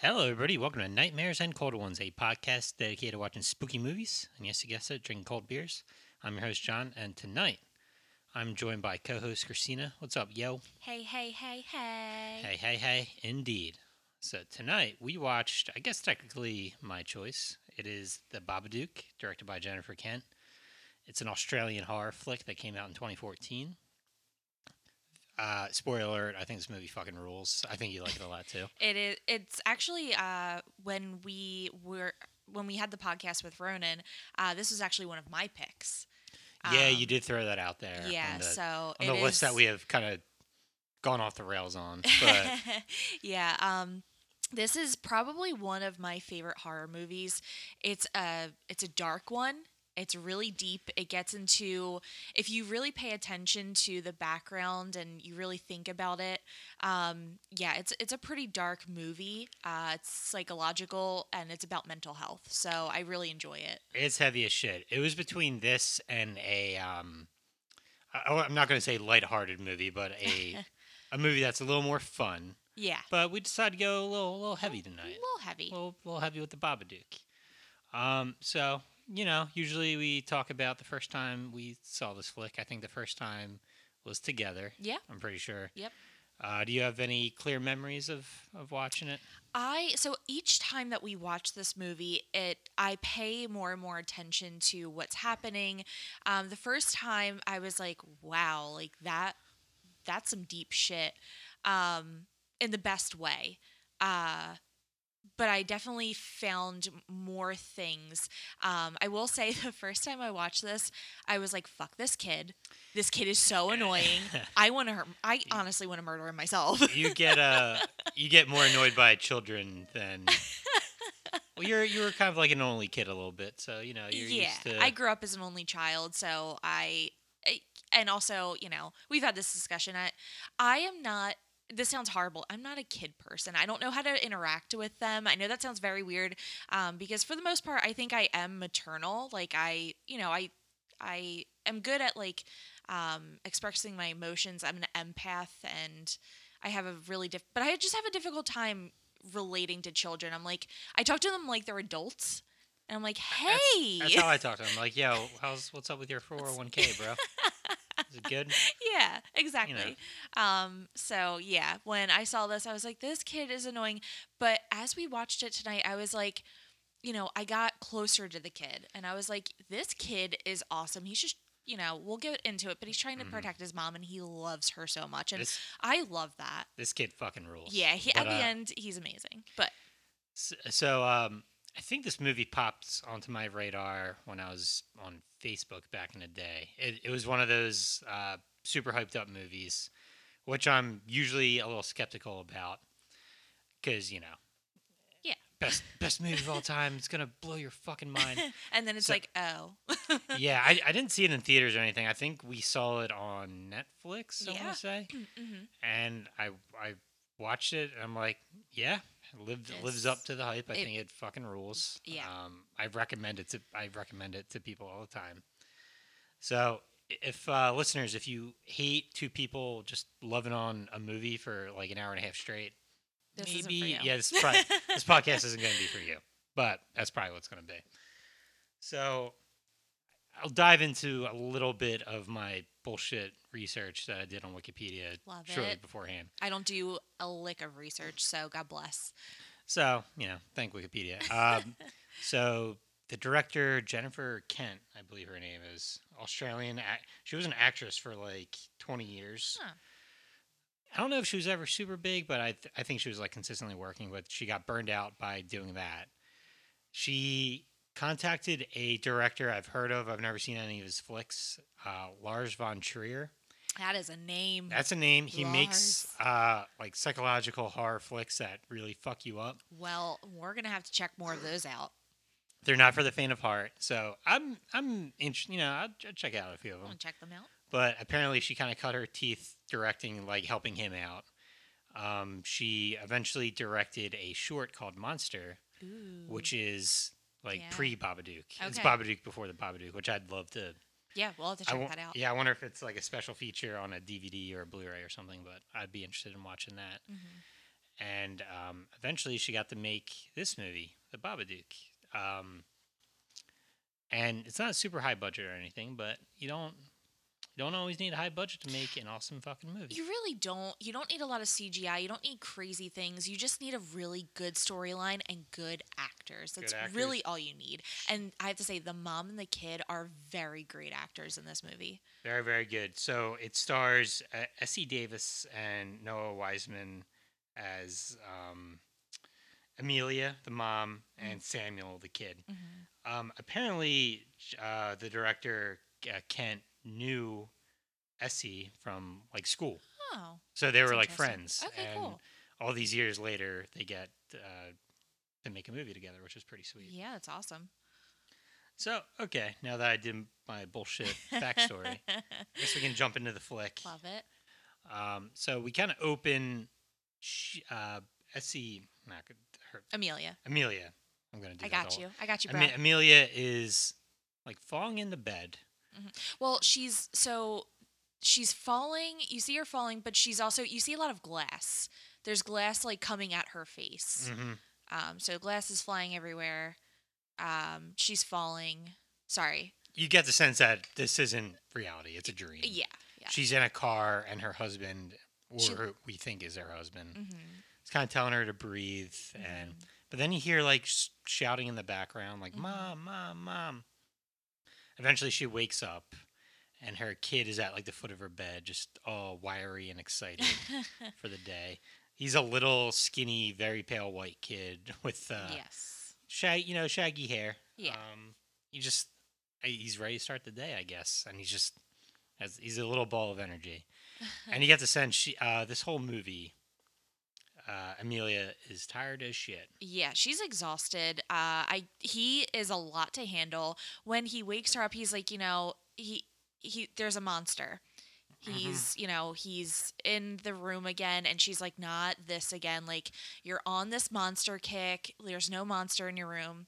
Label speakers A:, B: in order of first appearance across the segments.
A: Hello, everybody. Welcome to Nightmares and Cold Ones, a podcast dedicated to watching spooky movies and, yes, you guessed it, drinking cold beers. I'm your host, John, and tonight I'm joined by co host Christina. What's up, yo?
B: Hey, hey, hey, hey.
A: Hey, hey, hey, indeed. So, tonight we watched, I guess technically my choice. It is The Babadook, directed by Jennifer Kent. It's an Australian horror flick that came out in 2014. Uh, spoiler alert, I think this movie fucking rules. I think you like it a lot too.
B: It is it's actually uh when we were when we had the podcast with Ronan, uh, this was actually one of my picks.
A: yeah,
B: Um,
A: you did throw that out there. on
B: Yeah,
A: the-
B: so
A: on the
B: it
A: list that
B: is-
A: we have kind of gone off the rails on. But
B: yeah, um, this is probably one of my favorite horror movies. It's a it's a dark one. It's really deep. It gets into if you really pay attention to the background and you really think about it. Um, yeah, it's it's a pretty dark movie. Uh, it's psychological and it's about mental health. So I really enjoy it.
A: it's heavy as shit. It was between this and a um, I, oh, I'm not going to say lighthearted movie, but a a movie that's a little more fun.
B: Yeah,
A: But we decided to go a little a little heavy
B: a
A: tonight.
B: little heavy.
A: A little, little heavy with the Babadook. Um, so you know, usually we talk about the first time we saw this flick. I think the first time was together.
B: Yeah.
A: I'm pretty sure.
B: Yep.
A: Uh, do you have any clear memories of of watching it?
B: I so each time that we watch this movie, it I pay more and more attention to what's happening. Um, the first time I was like, "Wow, like that, that's some deep shit," um, in the best way. Uh, but I definitely found more things. Um, I will say, the first time I watched this, I was like, "Fuck this kid! This kid is so annoying. I want to. I honestly want to murder him myself."
A: you get uh you get more annoyed by children than well you're you were kind of like an only kid a little bit so you know you're
B: yeah,
A: used to
B: I grew up as an only child, so I, I- and also you know we've had this discussion. I, I am not. This sounds horrible. I'm not a kid person. I don't know how to interact with them. I know that sounds very weird, um, because for the most part, I think I am maternal. Like I, you know, I, I am good at like um, expressing my emotions. I'm an empath, and I have a really diff. But I just have a difficult time relating to children. I'm like, I talk to them like they're adults, and I'm like,
A: That's-
B: hey,
A: that's, how I talk to them like yo how's what's up with your 401k bro is it good
B: yeah, exactly. Um, so yeah, when I saw this, I was like, this kid is annoying. But as we watched it tonight, I was like, you know, I got closer to the kid, and I was like, this kid is awesome. He's just, you know, we'll get into it, but he's trying to
A: Mhm.
B: protect his mom, and he loves her so much, and
A: this
B: I love that.
A: this kid fucking rules
B: Yeah, he,
A: But,
B: at the
A: uh,
B: end, he's amazing. But
A: S- So um, I think this movie popped onto my radar when I was on Facebook back in the day. It, it was one of those uh, super hyped up movies, which I'm usually a little skeptical about because you know,
B: Yeah.
A: best best movie of all time. It's gonna blow your fucking mind.
B: and then it's
A: So-
B: like, oh,
A: yeah, I, I didn't see it in theaters or anything. I think we saw it on Netflix. I
B: Yeah.
A: want to say,
B: mhm.
A: and I I watched it and I'm like, yeah, it lived it lives up
B: Yes.
A: to the hype. I
B: It-
A: think it fucking rules.
B: Yeah.
A: Um, I recommend it to I recommend it to people all the time. So i- if uh, listeners, if you hate two people just loving on a movie for like an hour and a half straight,
B: This
A: maybe
B: isn't for you.
A: yeah, this, is probably, this podcast isn't going to be for you. But that's probably what's going to be. So I'll dive into a little bit of my bullshit research that I did on Wikipedia
B: Love
A: shortly
B: it.
A: beforehand.
B: I don't do a lick of research, so God bless.
A: So, you know, thank Wikipedia. Um, so, the director, Jennifer Kent, I believe her name is, Australian. Ac- she was an actress for like 20 years.
B: Huh.
A: I don't know if she was ever super big, but I, th- I think she was like consistently working with. She got burned out by doing that. She contacted a director I've heard of, I've never seen any of his flicks, uh, Lars von Trier.
B: That is a name.
A: That's a name. He makes uh, like psychological horror flicks that really fuck you up.
B: Well, we're gonna have to check more of those out.
A: they're not for the faint of heart. So I'm I'm interested. You know, I'll, ch- check out a few of
B: I'll
A: them.
B: check them out.
A: But apparently, she kind of cut her teeth directing, like helping him out. Um, she eventually directed a short called Monster,
B: Ooh.
A: which is like
B: Mm. Yeah.
A: pre Babadook. It's
B: Okay.
A: Babadook before the Babadook, which I'd love to.
B: yeah, we'll have to
A: I
B: check
A: won-
B: that out.
A: Yeah, I wonder if it's like a special feature on a DVD or a Blu-ray or something. But I'd be interested in watching that.
B: Mhm.
A: and um, eventually she got to make this movie, The Babadook. Um, and it's not a super high budget or anything, but you don't you don't always need a high budget to make an awesome fucking movie.
B: You really don't. You don't need a lot of CGI. You don't need crazy things. You just need a really good storyline and good actors. That's
A: actors.
B: really all you need. And I have to say, the mom and the kid are very great actors in this movie.
A: Very very good. So it stars uh, Essie Davis and Noah Wiseman as um, Amelia, the mom,
B: Mm.
A: and Samuel, the kid. Um, apparently, uh, the director uh, Kent knew Essie from like school,
B: Oh,
A: so they
B: That's
A: were like
B: interesting.
A: friends.
B: Okay,
A: and
B: cool.
A: All these years later, they get uh, to make a movie together, which is pretty sweet.
B: yeah, that's awesome.
A: So, okay, now that I did my bullshit backstory, I guess we can jump into the flick.
B: Love it.
A: Um, so we kind of open sh uh, Essie, not good, her,
B: Amelia,
A: Amelia. I'm gonna do.
B: I
A: that
B: got
A: all-
B: you. I got you, bro.
A: Ame- Amelia is like falling into bed.
B: Well, she's so she's falling. You see her falling, but she's also you see a lot of glass. There's glass like coming at her face.
A: Mm-hmm.
B: Um, so glass is flying everywhere. Um, she's falling. Sorry.
A: you get the sense that this isn't reality; it's a dream.
B: Yeah. Yeah.
A: She's in a car, and her husband, or
B: She-
A: who we think is her husband,
B: hmm
A: is kind of telling her to breathe.
B: Mm-hmm.
A: And but then you hear like s- shouting in the background, like
B: Mhm.
A: "mom, mom, mom." Eventually, she wakes up, and her kid is at like the foot of her bed, just all wiry and excited
B: Mm-hmm.
A: for the day. He's a little skinny, very pale white kid with uh,
B: yes.
A: shag, you know, shaggy hair.
B: Yeah.
A: Um, he just I- he's ready to start the day, I guess, and he's just has, he's a little ball of energy, and you get the sense she, uh, this whole movie, uh, Amelia is tired as shit.
B: Yeah, she's exhausted. Uh, I he is a lot to handle. When he wakes her up, he's like, you know, he he there's a monster. He's, you know, he's in the room again and she's like, "Not this again. Like you're on this monster kick. There's no monster in your room."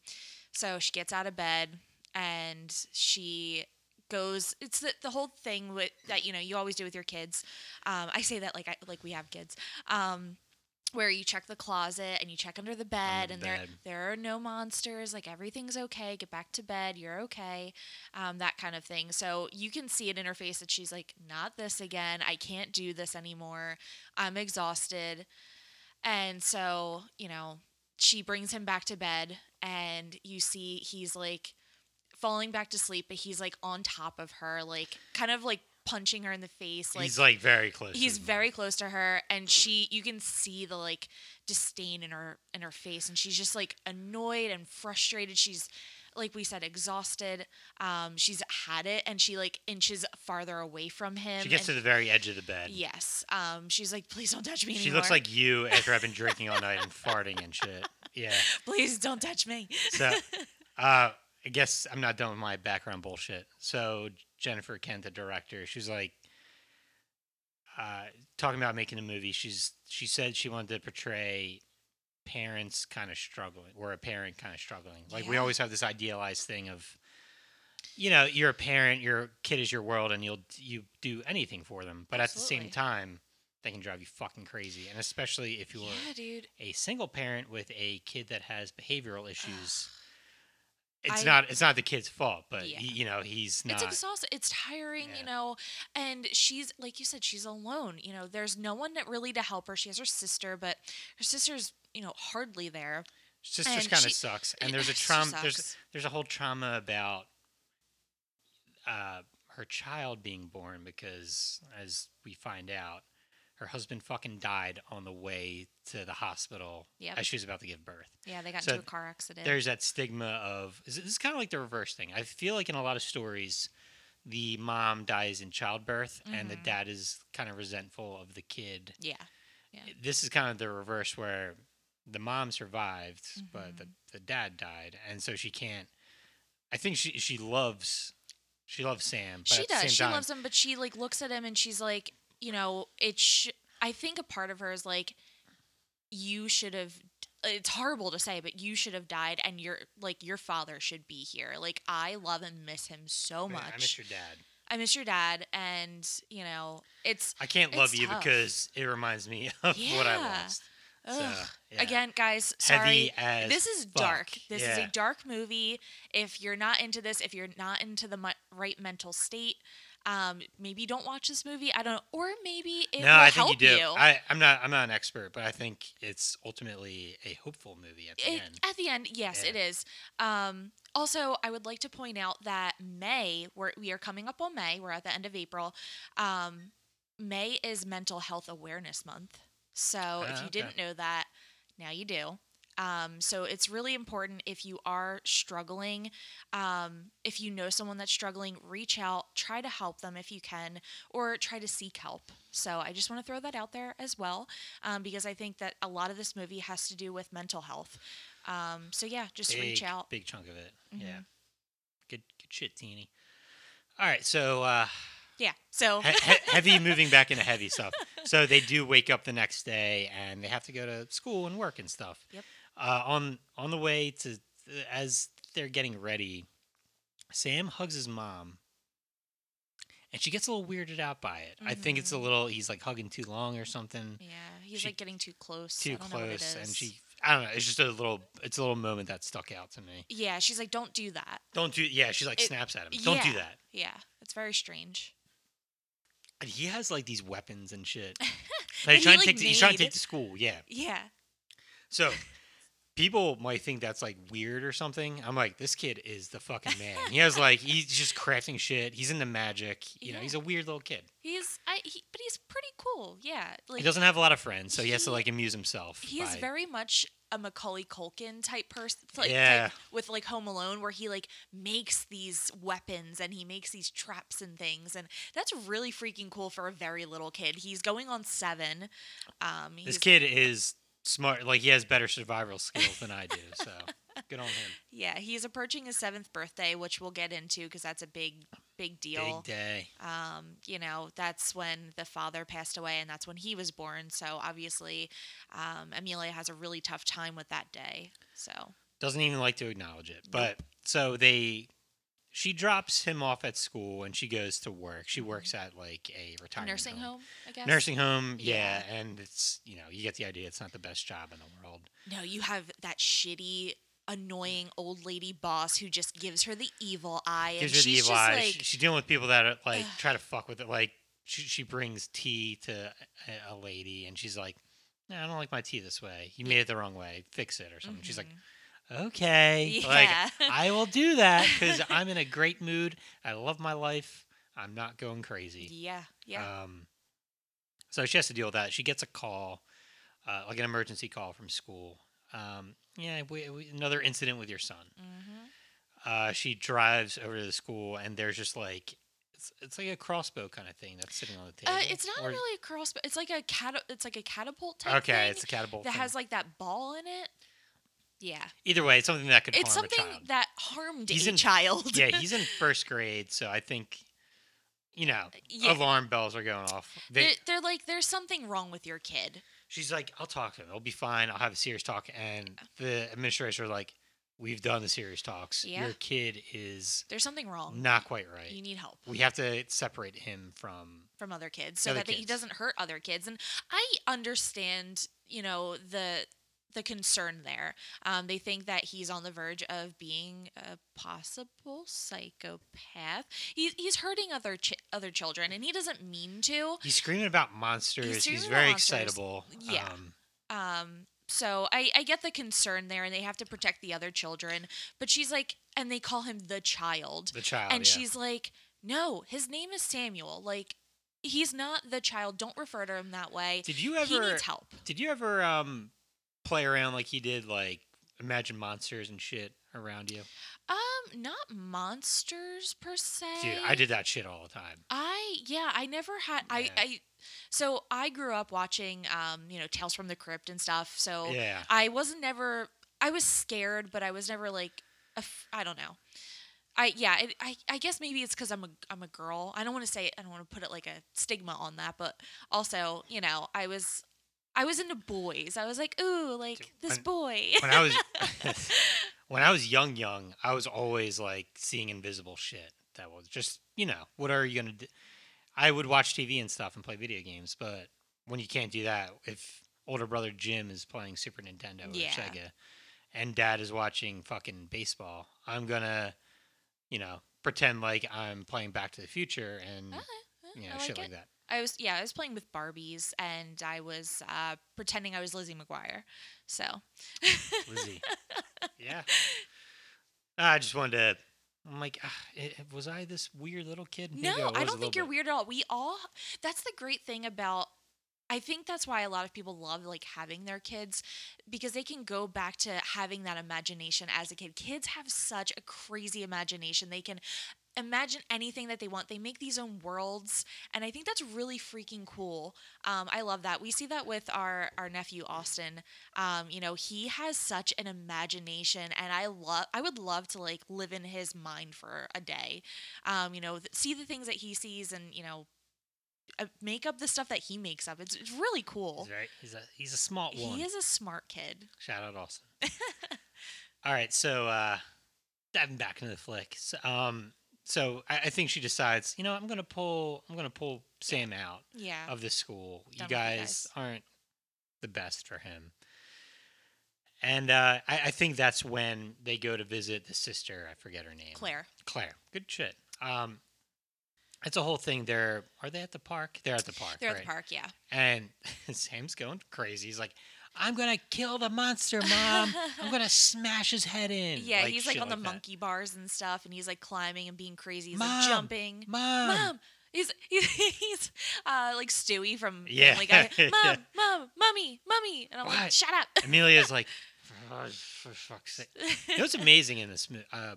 B: So she gets out of bed and she goes it's the, the whole thing with that you know you always do with your kids um, i say that like i like we have kids um, where you check the closet and you check under the bed
A: the
B: and there
A: bed.
B: there are no monsters like everything's okay get back to bed you're okay um, that kind of thing so you can see it in her face that she's like not this again i can't do this anymore i'm exhausted and so, you know, she brings him back to bed, and you see he's like falling back to sleep, but he's like on top of her, like kind of like punching her in the face. Like
A: he's
B: he's,
A: like very close. to the
B: very close to her, and she, you can see the like disdain in her in her face, and she's just like annoyed and frustrated. She's like we said, exhausted. Um, she's had it, and she like inches farther away from him.
A: mom. She gets to
B: and-
A: the very edge of the bed.
B: yes. Um, she's like, please don't touch me
A: She
B: anymore.
A: looks like you after I've been drinking all night and farting and shit. Yeah.
B: please don't touch me.
A: So, uh, I guess I'm not done with my background bullshit. So Jennifer Kent, the director, she's like uh, talking about making a movie. She's she said she wanted to portray parents kind of struggling, or a parent kind of struggling. Like we
B: Yeah.
A: always have this idealized thing of, you know, you're a parent, your kid is your world, and you'll you do anything for them. But at the
B: Absolutely.
A: same time, they can drive you fucking crazy, and especially if you're
B: Yeah, dude.
A: a single parent with a kid that has behavioral issues it's
B: I-
A: not it's not the kid's fault but
B: Yeah.
A: he, you know he's not
B: It's exhausting. It's tiring,
A: Yeah.
B: you know. And she's like you said, she's alone. You know, there's no one that really to help her. She has her sister, but her sister's you know hardly there.
A: sister's
B: and
A: kind of
B: she-
A: sucks and there's a
B: she
A: trauma there's
B: sucks.
A: there's a whole trauma about uh her child being born because as we find out her husband fucking died on the way to the hospital
B: Yep.
A: as she was about to give birth
B: Yeah, they got
A: So
B: into a car accident.
A: there's that stigma of this is kind of like the reverse thing. I feel like in a lot of stories, the mom dies in childbirth and the
B: Mhm.
A: dad is kind of resentful of the kid.
B: yeah,
A: This is kind of the reverse where the mom survived, but the,
B: Mhm.
A: the dad died, and so she can't. I think she she loves she loves Sam. But
B: she
A: at the same
B: does. She
A: time,
B: loves him, but she like looks at him and she's like, you know, it's. Sh- I think a part of her is like, you should have. It's horrible to say, but you should have died, and your like your father should be here. Like I love and miss him so
A: "Man,
B: much.
A: I miss your dad.
B: I miss your dad, and you know, it's
A: I can't love
B: It's
A: you
B: tough.
A: because it reminds me of what I
B: Yeah.
A: lost.
B: Ugh.
A: yeah.
B: Again, guys,
A: heavy
B: sorry.
A: as
B: This is
A: fuck.
B: dark. This is
A: Yeah.
B: a dark movie. If you're not into this, if you're not into the mu- right mental state, um, maybe don't watch this movie. I don't know. Or maybe it will
A: no, I think
B: help
A: you do. I, I'm not. I'm not an expert, but I think it's ultimately a hopeful movie at the
B: it,
A: end.
B: at the end, yes,
A: Yeah.
B: it is. Um, also, I would like to point out that May, we're, we are coming up on May. We're at the end of April. Um, May is Mental Health Awareness Month. So if
A: Ah,
B: you
A: okay.
B: didn't know that, now you do. Um, so it's really important if you are struggling, um, if you know someone that's struggling, reach out, try to help them if you can, or try to seek help. So I just want to throw that out there as well, um, because I think that a lot of this movie has to do with mental health. Um, so yeah, just
A: big,
B: reach out.
A: Big chunk of it. Yeah.
B: Mhm.
A: Good. Good shit, Teeny. All right, so uh,
B: Yeah. So
A: he- he- heavy moving back into heavy stuff. So they do wake up the next day and they have to go to school and work and stuff.
B: Yep.
A: Uh, on on the way to as they're getting ready, Sam hugs his mom. And she gets a little weirded out by it. I think
B: Mm-hmm.
A: it's a little he's like hugging too long or something,
B: yeah, he's
A: She-
B: like getting too close. I
A: too
B: don't know what it
A: close, and
B: is.
A: she I don't know, it's just a little it's a little moment that stuck out to me.
B: Yeah, she's like, don't do that.
A: Don't do yeah, she like
B: It-
A: snaps at him. Don't do
B: yeah.
A: that.
B: Yeah, it's very strange.
A: And he has like these weapons and shit. Like,
B: he,
A: he's, trying
B: like,
A: to take the, he's trying to
B: made-
A: take the school, yeah.
B: Yeah.
A: So people might think that's like weird or something. I'm like, this kid is the fucking man. He has like he's just crafting shit. He's into magic. You know,
B: Yeah.
A: he's a weird little kid.
B: He's, I, he, but he's pretty cool. Yeah, like
A: he doesn't have a lot of friends, so he, has to
B: he-
A: like amuse himself.
B: he is
A: by-
B: very much a Macaulay Culkin type person, like
A: Yeah.
B: type with like Home Alone, where he like makes these weapons and he makes these traps and things, and that's really freaking cool for a very little kid. He's going on seven. Um,
A: this
B: he's,
A: kid is smart. Like he has better survival skills than I do. So good on him.
B: yeah, he's approaching his seventh birthday, which we'll get into because that's a big, big deal.
A: Big day.
B: um, you know, that's when the father passed away and that's when he was born. So obviously, um, Amelia has a really tough time with that day. So,
A: Doesn't even like to acknowledge it. But so they. She drops him off at school and she goes to work. She works at like a retirement
B: Mm-hmm. nursing home. I guess.
A: nursing home yeah.
B: Yeah.
A: and it's you know you get the idea it's not the best job in the world
B: No, you have that shitty, annoying old lady boss who just gives her the evil eye.
A: gives
B: and
A: her the
B: she's
A: evil
B: just
A: eye
B: like,
A: she, she's dealing with people that are like
B: Ugh.
A: try to fuck with it like she, she brings tea to a, a lady and she's like no i don't like my tea this way you made it the wrong way fix it or something she's like
B: "Mhm,
A: okay like
B: Yeah.
A: i will do that because i'm in a great mood i love my life i'm not going crazy
B: yeah, yeah.
A: Um, so she has to deal with that. She gets a call, uh, like an emergency call from school. Um, yeah, we, we, another incident with your son.
B: mhm.
A: Uh, she drives over to the school, and there's just like it's, it's like a crossbow kind of thing that's sitting on the table.
B: Uh, it's not
A: or-
B: really a crossbow. It's like a cat. It's like a catapult type
A: okay.
B: thing
A: It's a catapult.
B: that
A: thing.
B: has like that ball in it. Yeah,
A: Either way, it's something that could
B: it's
A: harm
B: something
A: a child.
B: that harmed
A: He's
B: a
A: in-
B: child.
A: yeah, he's in first grade, so I think you know
B: Yeah.
A: alarm bells are going off. They,
B: they're, they're like, there's something wrong with your kid.
A: She's like, I'll talk to him. It'll be fine. I'll have a serious talk. And
B: Oh.
A: the administrators are like, We've done the serious talks.
B: Yeah.
A: Your kid is
B: There's something wrong.
A: not quite
B: You
A: right.
B: need help
A: We have to separate him from.
B: from other kids so
A: Other
B: that he
A: kids.
B: doesn't hurt other kids. And I understand, you know, the the concern there. Um, they think that he's on the verge of being a possible psychopath. He's he's hurting other ch- other children, and he doesn't mean to.
A: He's screaming about monsters. He's,
B: screaming about
A: very
B: monsters.
A: excitable.
B: Yeah.
A: Um,
B: Um, so I, I get the concern there, and they have to protect the other children. But she's like, and they call him the child,
A: the child.
B: and
A: Oh, yeah.
B: she's like, no, his name is Samuel. Like, he's not the child. Don't refer to him that way.
A: Did you
B: he
A: ever.
B: needs help.
A: Did you ever um, play around like he did, like imagine monsters and shit around you?
B: Um, not monsters per se.
A: Dude, I did that shit all the time.
B: I yeah, I never had. I
A: Yeah.
B: I so I grew up watching um, you know, Tales from the Crypt and stuff. So
A: Yeah.
B: I was never. I was scared, but I was never like. A f- I don't know. I yeah. It, I I guess maybe it's because I'm a I'm a girl. I don't want to say. I don't want to put it like a stigma on that, but also you know I was. I was into boys. I was like, ooh, like this
A: When-
B: boy.
A: When I was. when I was young, young, I was always like seeing invisible shit. That was just, you know, what are you gonna do? I would watch TV and stuff and play video games, but when you can't do that, if older brother Jim is playing Super Nintendo
B: Yeah.
A: or Sega, and dad is watching fucking baseball, I'm gonna, you know, pretend like I'm playing Back to the Future and
B: Okay,
A: you
B: yeah,
A: know
B: Uh-huh, Ah, I
A: shit
B: like
A: like
B: it.
A: that.
B: I was yeah, I was playing with Barbies and I was uh, pretending I was Lizzie McGuire. So
A: Lizzie, yeah. Ah, I just wanted to. I'm like, ah, it, it- was I this weird little kid? Maybe
B: no,
A: was
B: I
A: a
B: don't
A: little
B: think you're
A: bit.
B: weird at all. We all that's the great thing about I think that's why a lot of people love like having their kids because they can go back to having that imagination as a kid. Kids have such a crazy imagination. They can imagine anything that they want. They make these own worlds, and I think that's really freaking cool. Um, I love that. We see that with our our nephew Austin. Um, you know, he has such an imagination, and I love. I would love to like live in his mind for a day. Um, you know, th- see the things that he sees, and you know, uh, make up the stuff that he makes up. It's it's really cool.
A: He's right. He's a he's a smart one.
B: He is a smart kid.
A: Shout out Austin. All right, so uh diving back into the flick. So, um so I, I think she decides, you know, I'm gonna pull I'm gonna pull Sam out
B: Yeah.
A: of this school. You
B: Done with you
A: guys,
B: guys.
A: aren't the best for him. And uh I, I think that's when they go to visit the sister, I forget her name.
B: Claire.
A: Claire. Good shit. Um it's a whole thing. They're are they at the park? They're at the park.
B: They're
A: right?
B: at the park. Yeah.
A: And Sam's going crazy. He's like, I'm going to kill the monster, Mom. I'm going to smash his head in.
B: Yeah, he's like
A: shit
B: on the
A: that.
B: monkey bars and stuff, and he's like climbing and being crazy. He's
A: Mom!
B: like jumping.
A: Mom.
B: Mom, he's he's, he's uh, like Stewie from
A: Yeah.
B: Family Guy. Mom,
A: Yeah.
B: mom, mummy, mummy, and I'm like,
A: What?
B: shut up.
A: Amelia's like, "Oh, for fuck's sake. You know what's amazing in this movie? Uh,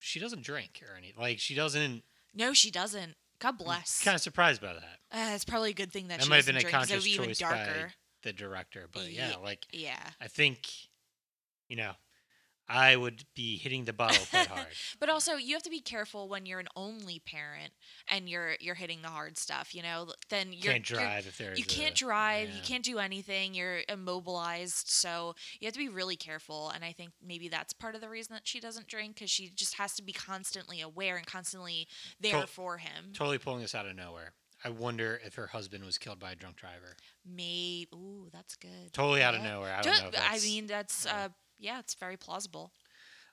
A: she doesn't drink or anything. Like, she doesn't.
B: no, she doesn't. God bless.
A: Kind of surprised by that.
B: Uh, it's probably a good thing that,
A: Mm, that
B: she
A: might have
B: doesn't
A: been a
B: drink, 'cause it
A: conscious
B: would be even
A: choice by
B: darker.
A: the director. But
B: Ye-
A: yeah, like,
B: Yeah,
A: I think, you know, I would be hitting the bottle quite hard.
B: but also you have to be careful when you're an only parent and you're you're hitting the hard stuff. You know, then you're,
A: can't
B: you're
A: drive if there's
B: you can't
A: a-
B: drive you
A: yeah.
B: can't do anything you're immobilized so you have to be really careful and i think maybe that's part of the reason that she doesn't drink because she just has to be constantly aware and constantly there
A: Tot-
B: for him
A: totally pulling this out of nowhere. I wonder if her husband was killed by a drunk driver.
B: may ooh that's good
A: Totally out of
B: Yeah.
A: nowhere. I don't know. If
B: I
A: that's-
B: mean that's
A: yeah.
B: uh yeah it's very plausible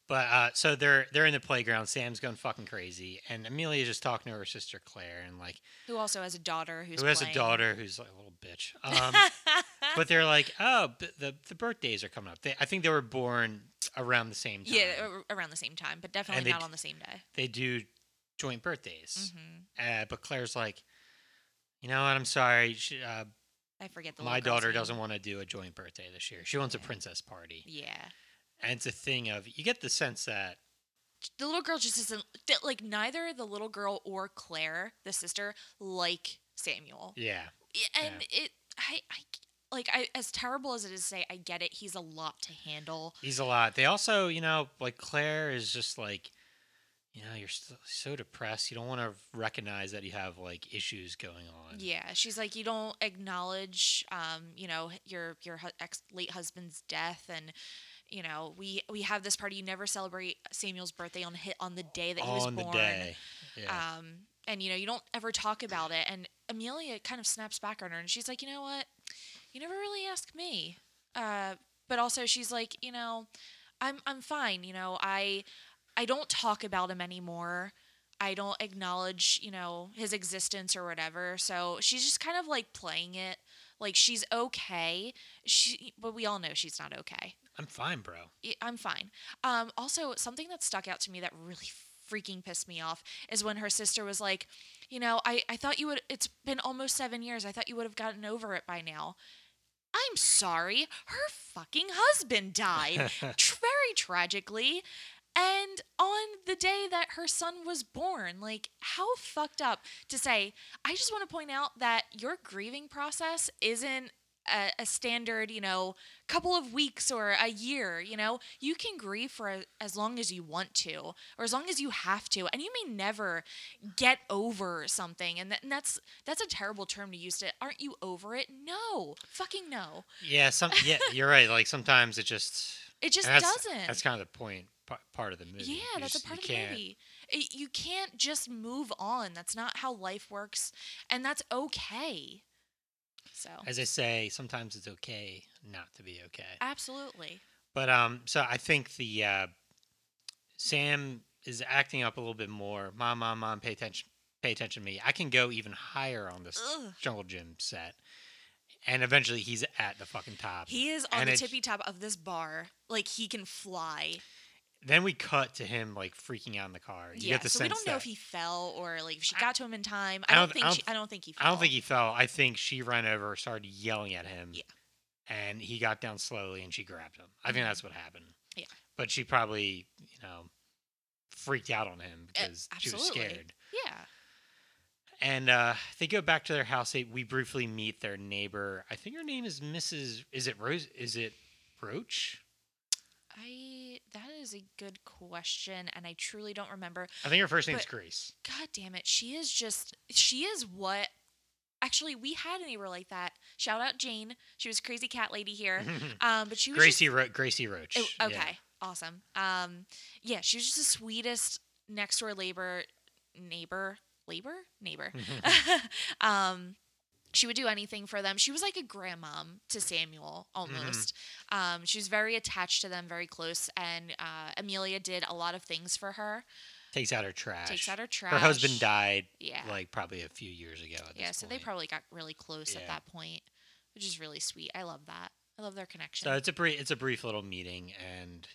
A: but uh, so they're they're in the playground. Sam's going fucking crazy, and Amelia's just talking to her sister Claire, and like
B: who also has a daughter who's
A: who has
B: playing.
A: a daughter who's like a little bitch. Um, but they're like, oh, b- the the birthdays are coming up. They, I think they were born around the same time.
B: yeah ar- around the same time but definitely
A: they
B: not
A: d-
B: on the same day
A: they do joint birthdays.
B: hmm
A: Uh, but Claire's like, you know what? I'm sorry. She, uh,
B: i forget the
A: my
B: little girl's
A: daughter
B: name.
A: doesn't want to do a joint birthday this year. She wants a
B: Yeah.
A: princess party.
B: yeah
A: And it's a thing of you get the sense that
B: the little girl just isn't that, like neither the little girl or Claire, the sister, like Samuel.
A: yeah,
B: I- And it, I, I, like, I as terrible as it is to say, I get it. He's a lot to handle.
A: he's a lot. They also, you know, like Claire is just like, you know, you're so, so depressed. You don't want to recognize that you have like issues going on.
B: Yeah, she's like, you don't acknowledge, um, you know, your your hu- ex late husband's death, and you know, we we have this party. You never celebrate Samuel's birthday on hit on the day that he was
A: on the
B: born.
A: day. Yeah.
B: um, and you know you don't ever talk about it and amelia kind of snaps back on her and she's like you know what you never really ask me uh, but also she's like you know i'm i'm fine you know i i don't talk about him anymore i don't acknowledge you know his existence or whatever so she's just kind of like playing it like she's okay she but we all know she's not okay
A: I'm fine, bro.
B: y- I'm fine. Um, also, something that stuck out to me that really freaking pissed me off is when her sister was like, you know, I, I thought you would, it's been almost seven years. I thought you would have gotten over it by now. I'm sorry. Her fucking husband died tr- very tragically. And on the day that her son was born, like, how fucked up to say, I just want to point out that your grieving process isn't a, a standard, you know, couple of weeks or a year, you know, you can grieve for a, as long as you want to or as long as you have to. And you may never get over something. And, that, and that's that's a terrible term to use to aren't you over it? No. Fucking no.
A: Yeah. Some. Yeah. You're right. Like sometimes it just.
B: It just
A: and that's,
B: doesn't.
A: That's kind of the point. pa- Part of the movie.
B: Yeah,
A: You
B: that's
A: just-
B: a
A: you
B: part of
A: can't-
B: the movie. It- you can't just move on. That's not how life works, and that's okay. So
A: As I say, sometimes it's okay not to be okay.
B: absolutely.
A: But um, so I think the uh, Sam is acting up a little bit more. Mom, mom, mom, pay attention, pay attention to me. I can go even higher on this
B: Ugh.
A: jungle gym set, and eventually he's at the fucking top.
B: He is on
A: And
B: the
A: it-
B: tippy top of this bar. Like he can fly.
A: then we cut to him like freaking out in the car. You
B: yeah.
A: get the
B: so
A: sense
B: we don't
A: that
B: know if he fell or like if she
A: I-
B: got to him in time.
A: I
B: I don't
A: don't-
B: think
A: I
B: she,
A: don't-
B: I don't think he fell.
A: I don't think he fell. I think she ran over, started yelling at him.
B: Yeah.
A: And he got down slowly and she grabbed him. I think that's what happened.
B: Mm-hmm. Yeah.
A: But she probably, you know, freaked out on him because she was
B: Uh, absolutely.
A: scared.
B: Yeah.
A: And uh, they go back to their house. They, we briefly meet their neighbor. I think her name is Mrs. Is it Rose? Is it Roach?
B: I that is a good question and I truly don't remember.
A: I think her first name's
B: But-
A: Grace.
B: God damn it. She is just, she is what. Actually, we had a neighbor like that. Shout out Jane. She was a crazy cat lady here. Um, but she was
A: Mm-hmm. Gracie Ro- Gracie Roach.
B: just,
A: Yeah.
B: oh, okay, awesome. Um, yeah, she was just the sweetest next door neighbor, neighbor, labor, neighbor. um, she would do anything for them. She was like a grandmom to Samuel
A: Mm-hmm.
B: almost. Um, she was very attached to them, very close. And uh, Amelia did a lot of things for her.
A: Takes out her trash.
B: Takes out her trash.
A: Her husband died
B: Yeah.
A: like probably a few years ago. At
B: Yeah,
A: this
B: so they
A: point.
B: probably got really close
A: Yeah.
B: at that point, which is really sweet. I love that. I love their connection.
A: So it's a brief, it's a brief little meeting, and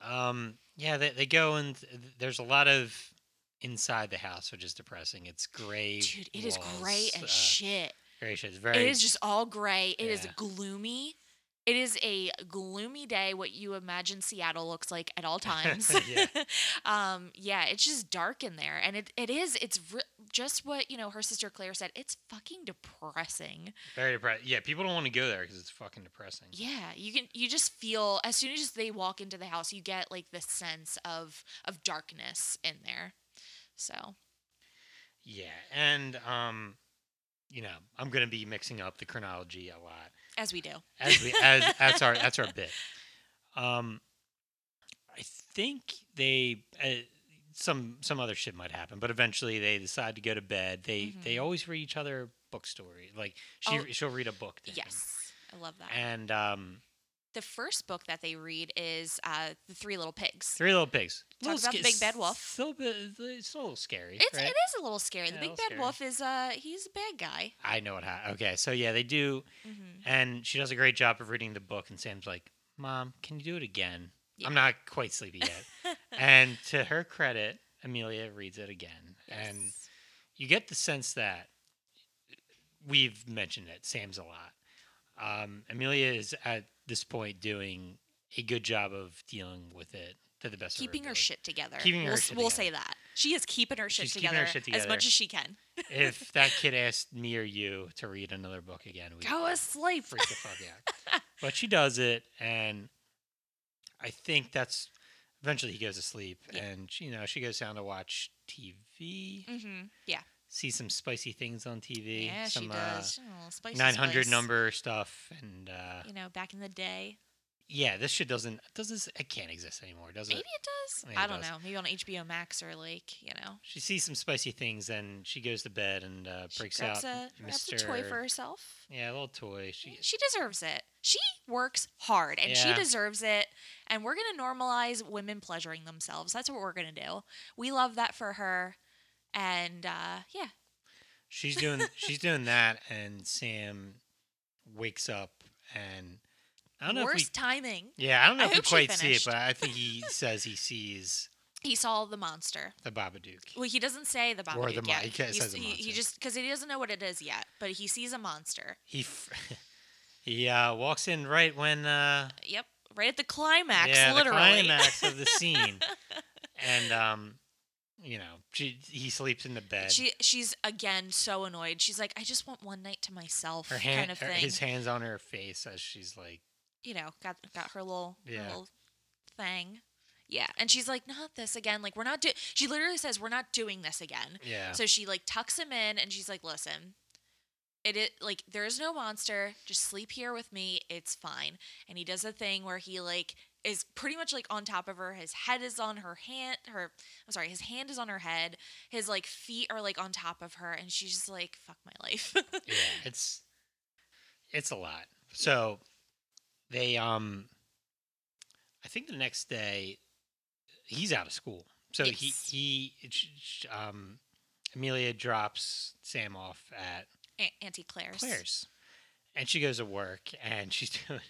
A: um, yeah, they, they go and th- there's a lot of inside the house, which is depressing. It's gray.
B: Dude, it is gray
A: walls,
B: as
A: uh,
B: shit.
A: Gray shit. It's very.
B: It is just all gray. It is
A: Yeah.
B: gloomy. It is a gloomy day, what you imagine Seattle looks like at all times.
A: Yeah.
B: um, yeah, it's just dark in there. And it, it is, it's re- just what, you know, her sister Claire said. It's fucking depressing.
A: Very depressing. Yeah, people don't want to go there because it's fucking depressing.
B: Yeah, you can you just feel as soon as they walk into the house, you get like the sense of of darkness in there. So
A: Yeah, and um, you know, I'm gonna be mixing up the chronology a lot
B: as we do,
A: as we as that's our that's our bit. Um, I think they uh, some some other shit might happen, but eventually they decide to go to bed. They they always read each other book stories. Like she
B: Mm-hmm. Oh,
A: she'll read a book. To him.
B: yes, I love that.
A: and um,
B: the first book that they read is uh, the Three Little Pigs.
A: Three Little Pigs.
B: Talks about the big bad wolf.
A: Still, it's a little scary.
B: It's
A: right?
B: it is a little scary.
A: Yeah,
B: the
A: a
B: Big
A: little
B: Bad
A: scary.
B: Wolf is uh he's a bad guy.
A: I know what happened. Okay, so yeah, they do. Mm-hmm.
B: hmm
A: And she does a great job of reading the book, and Sam's like, Mom, can you do it again?
B: Yeah.
A: I'm not quite sleepy yet. and to her credit, Amelia reads it again. And
B: Yes.
A: you get the sense that we've mentioned it, Sam's a lot. Um, Amelia is at this point doing a good job of dealing with it to the best
B: keeping
A: of her
B: her
A: ability.
B: shit together.
A: Keeping her
B: we'll,
A: shit
B: we'll
A: together.
B: say that she is keeping her shit,
A: She's keeping
B: together
A: her shit
B: as
A: together.
B: much as she can.
A: if that kid asked me or you to read another book again, we
B: Go asleep.
A: freak the fuck out. But she does it, and I think that's eventually he goes to sleep,
B: Yeah.
A: and she, you know she goes down to watch TV,
B: hmm Yeah,
A: see some spicy things on TV,
B: yeah,
A: some
B: she does. Oh,
A: uh,
B: spicy,
A: 900
B: spice.
A: number stuff, and uh,
B: You know, back in the day,
A: yeah, this shit doesn't does this it can't exist anymore, does
B: Maybe
A: it?
B: it does.
A: Maybe
B: I
A: it
B: don't
A: does.
B: know. Maybe on HBO Max or like you know,
A: She sees some spicy things, and she goes to bed and uh,
B: she
A: breaks
B: grabs,
A: out
B: a, grabs a toy for herself.
A: yeah, a little toy. She
B: She deserves it. She works hard and she
A: Yeah.
B: deserves it. And we're gonna normalize women pleasuring themselves. That's what we're gonna do. We love that for her. And uh, yeah,
A: She's doing she's doing that, and Sam wakes up, and I don't know
B: worst
A: if
B: timing.
A: we yeah I don't know
B: I
A: if we
B: hope she
A: quite see it,
B: finished.
A: but I think he says he sees
B: He saw the monster.
A: the Babadook.
B: Well, he doesn't say the Babadook
A: Or the mon-
B: yet.
A: he can't
B: He's-
A: say the
B: he, he
A: monster.
B: just because he doesn't know what it is yet, but he sees a monster.
A: He f- he uh, walks in right when uh,
B: Yep, right at the climax.
A: yeah
B: literally.
A: the climax of the scene, and um you know she he sleeps in the bed.
B: She she's again so annoyed. She's like, I just want one night to myself,
A: her hand
B: kind of
A: her-
B: thing.
A: his hands on her face as she's like
B: you know, got got her little, her
A: Yeah.
B: little thing. Yeah, and she's like, not this again. Like we're not do. She literally says, we're not doing this again.
A: yeah
B: So she like tucks him in, and she's like, listen. It is like there is no monster. Just sleep here with me. It's fine. And he does a thing where he like is pretty much like on top of her. His head is on her hand. Her I'm sorry. His hand is on her head. His like feet are like on top of her, and she's just like, "Fuck my life."
A: yeah it's it's a lot. So they um I think the next day he's out of school. So he
B: Yes.
A: he sh- sh- um Amelia drops Sam off at
B: A- Auntie Claire's.
A: Claire's. And she goes to work and she's doing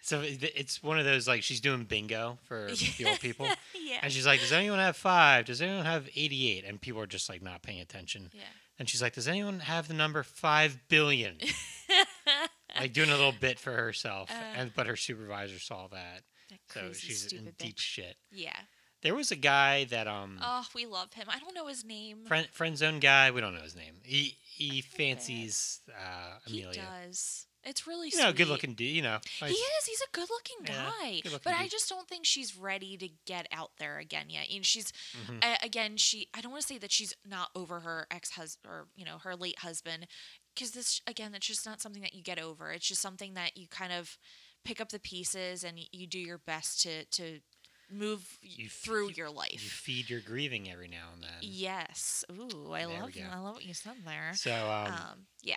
A: so it- it's one of those like she's doing bingo for the old people.
B: yeah.
A: And she's like, Does anyone have five? Does anyone have eighty eight? And people are just like not paying attention.
B: Yeah.
A: And she's like, Does anyone have the number five billion? like doing a little bit for herself,
B: Uh.
A: and but her supervisor saw that,
B: That
A: so
B: crazy
A: she's in
B: stupid
A: deep
B: bitch.
A: shit.
B: Yeah.
A: There was a guy that um
B: Oh, we love him. I don't know his name.
A: friend friend zone guy. We don't know his name. He he
B: feel bad.
A: fancies uh,
B: he
A: Amelia.
B: does. It's really
A: You know,
B: sweet.
A: good looking dude. You know,
B: He is. He's a good-looking
A: Yeah,
B: guy,
A: good-looking
B: but I
A: dude.
B: just don't think she's ready to get out there again yet. And she's
A: Mhm.
B: a- again, she. I don't want to say that she's not over her ex-husband or you know her late husband, because this again, that's just not something that you get over. It's just something that you kind of pick up the pieces and y- you do your best to to move y-
A: You f-
B: through
A: you-
B: your
A: you
B: life.
A: feed your grieving every now and then.
B: Yes. Ooh, I
A: There we
B: love.
A: go.
B: I love what you said there.
A: So, um,
B: Um. Yeah.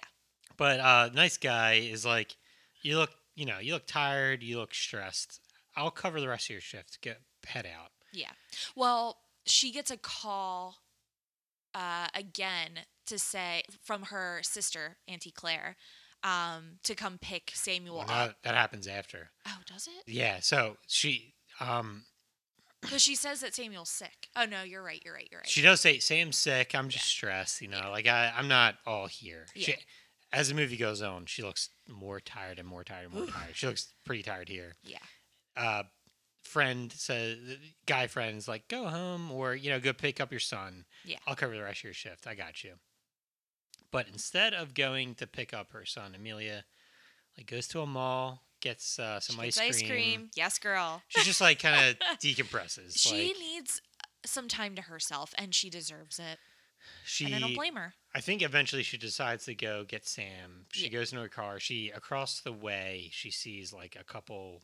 A: but uh, nice guy is like, you look, you know, you look tired, you look stressed. I'll cover the rest of your shift. Get head out.
B: Yeah. Well, she gets a call uh, again to say from her sister, Auntie Claire, um, to come pick Samuel
A: Well,
B: up.
A: that, that happens after.
B: Oh, does it?
A: Yeah. So she um
B: Because she says that Samuel's sick. Oh no, you're right. You're right. You're right.
A: She does say, "Sam's sick. I'm just stressed. You know, like I, I'm not all here." She,
B: Yeah.
A: as the movie goes on, she looks more tired and more tired and more
B: Oof.
A: tired. She looks pretty tired here.
B: yeah.
A: Uh, friend says, "Guy friends like go home or you know go pick up your son.
B: Yeah.
A: I'll cover the rest of your shift. I got you." But instead of going to pick up her son, Amelia like goes to a mall, gets uh, some
B: She
A: ice,
B: gets
A: cream.
B: Yes, girl.
A: She just like kind of decompresses.
B: She
A: like,
B: needs uh, some time to herself, and she deserves it.
A: she
B: and I don't blame her.
A: I think eventually she decides to go get Sam. She
B: Yeah.
A: goes into her car. She across the way she sees like a couple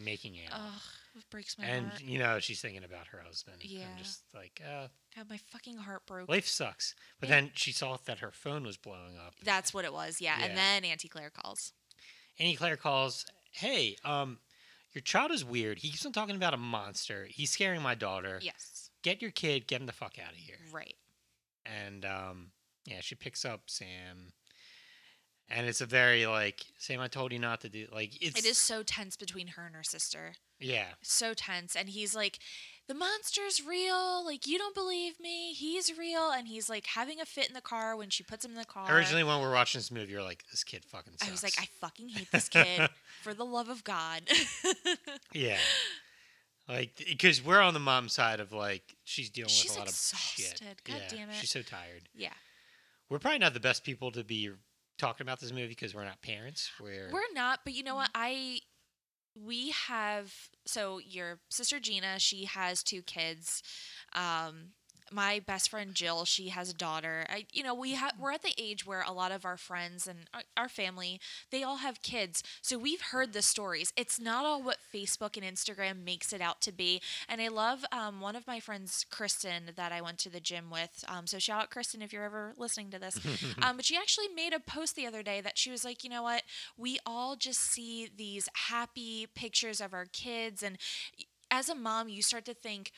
A: making out,
B: Ugh, it breaks Oh, my
A: and
B: heart.
A: you know she's thinking about her husband.
B: Yeah.
A: and just like uh,
B: God, my fucking heart broke.
A: life sucks. But
B: Yeah.
A: then she saw that her phone was blowing up.
B: That's what it was. Yeah.
A: Yeah.
B: And then Auntie Claire calls.
A: Annie Claire calls. Hey, um, your child is weird. He keeps on talking about a monster. He's scaring my daughter.
B: Yes.
A: Get your kid. Get him the fuck out of here.
B: Right.
A: and um, yeah, she picks up Sam, and it's a very like Sam, I told you not to do. Like it's
B: It is so tense between her and her sister.
A: yeah,
B: So tense. And he's like, the monster's real. Like, you don't believe me. He's real. And he's like having a fit in the car when she puts him in the car.
A: Originally, when we were watching this movie, you're like, "This kid fucking." Sucks.
B: I was like, I fucking hate this kid. For the love of God.
A: yeah, like because we're on the mom side of like she's dealing
B: She's
A: with a lot of shit.
B: exhausted. God
A: yeah,
B: damn it.
A: she's so tired.
B: yeah.
A: We're probably not the best people to be talking about this movie because we're not parents. We're,
B: We're not, but you know what? I we have so your sister Gina, she has two kids. Um my best friend Jill, she has a daughter. I, you know, we have we're at the age where a lot of our friends and our- our family, they all have kids. So we've heard the stories. It's not all what Facebook and Instagram makes it out to be. And I love um, one of my friends, Kristen, that I went to the gym with. Um, so shout out Kristen if you're ever listening to this. um, but she actually made a post the other day that she was like, you know what? We all just see these happy pictures of our kids. And as a mom, you start to think,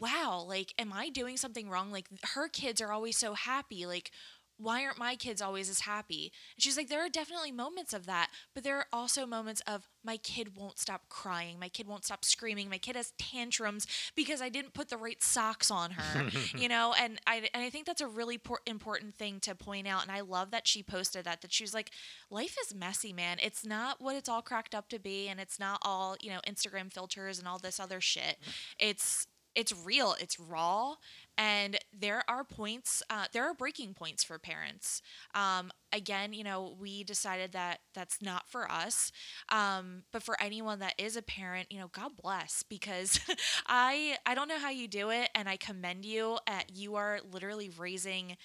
B: wow, like, am I doing something wrong? Like, her kids are always so happy. Like, why aren't my kids always as happy? And she's like, there are definitely moments of that, but there are also moments of my kid won't stop crying, my kid won't stop screaming, my kid has tantrums because I didn't put the right socks on her, you know. And I and I think that's a really por- important thing to point out. And I love that she posted that that she was like, life is messy, man. It's not what it's all cracked up to be, and it's not all you know Instagram filters and all this other shit. It's it's real it's raw and there are points uh, there are breaking points for parents um, again you know we decided that that's not for us um, but for anyone that is a parent you know god bless because i i don't know how you do it and i commend you at you are literally raising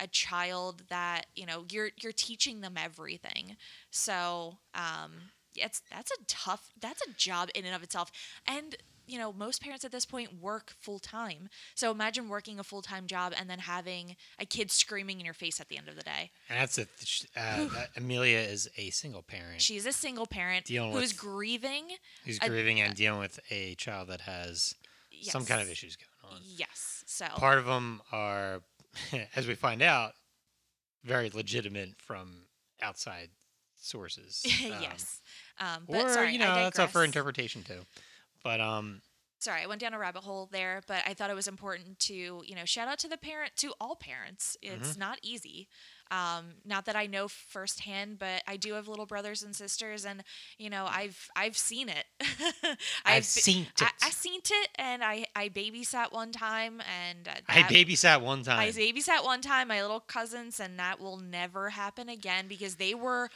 B: a child that you know you're you're teaching them everything so um it's that's a tough that's a job in and of itself and you know, most parents at this point work full time. So imagine working a full time job and then having a kid screaming in your face at the end of the day.
A: And that's it. Sh- Uh, that Amelia is a single parent
B: She's a single parent
A: Dealing
B: who's
A: with-
B: grieving.
A: who's
B: I-
A: grieving and dealing with a child that has
B: Yes.
A: some kind of issues going on.
B: Yes. So
A: Part of them are, as we find out, very legitimate from outside sources. Um,
B: yes. Um, but
A: or
B: sorry,
A: you know
B: I
A: that's up for
B: digress.
A: interpretation too. But um,
B: sorry, I went down a rabbit hole there, but I thought it was important to, you know, shout out to the parent, to all parents. It's
A: Mm-hmm.
B: not easy. Um, not that I know firsthand, but I do have little brothers and sisters, and you know, I've I've seen it.
A: I've,
B: be-
A: seen it.
B: I, I seen it, and I I babysat one time, and uh,
A: I
B: that-
A: babysat one time.
B: I babysat one time my little cousins, and that will never happen again because they were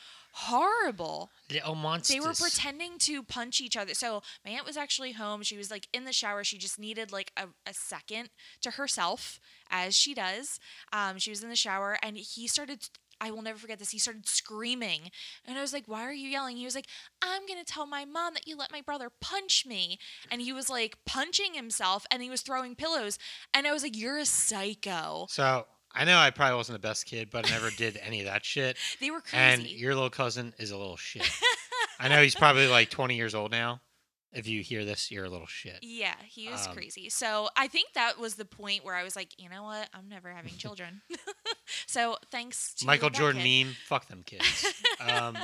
B: horrible
A: Little oh, monsters.
B: they were pretending to punch each other. So my aunt was actually home. She was like in the shower. She just needed like a, a second to herself, as she does. Um, she was in the shower and he started. I will never forget this. He started screaming. And I was like, Why are you yelling? He was like, I'm going to tell my mom that you let my brother punch me. And he was like punching himself and he was throwing pillows. And I was like, You're a psycho.
A: So I know I probably wasn't the best kid, but I never did any of that shit.
B: They were
A: And
B: crazy.
A: your little cousin is a little shit. I know he's probably like 20 years old now. If you hear this, you're a little shit.
B: Yeah, he was
A: Um,
B: crazy. So I think that was the point where I was like, you know what? I'm never having children. so thanks to
A: Michael
B: that
A: Jordan
B: kid-
A: meme. Fuck them kids. Um,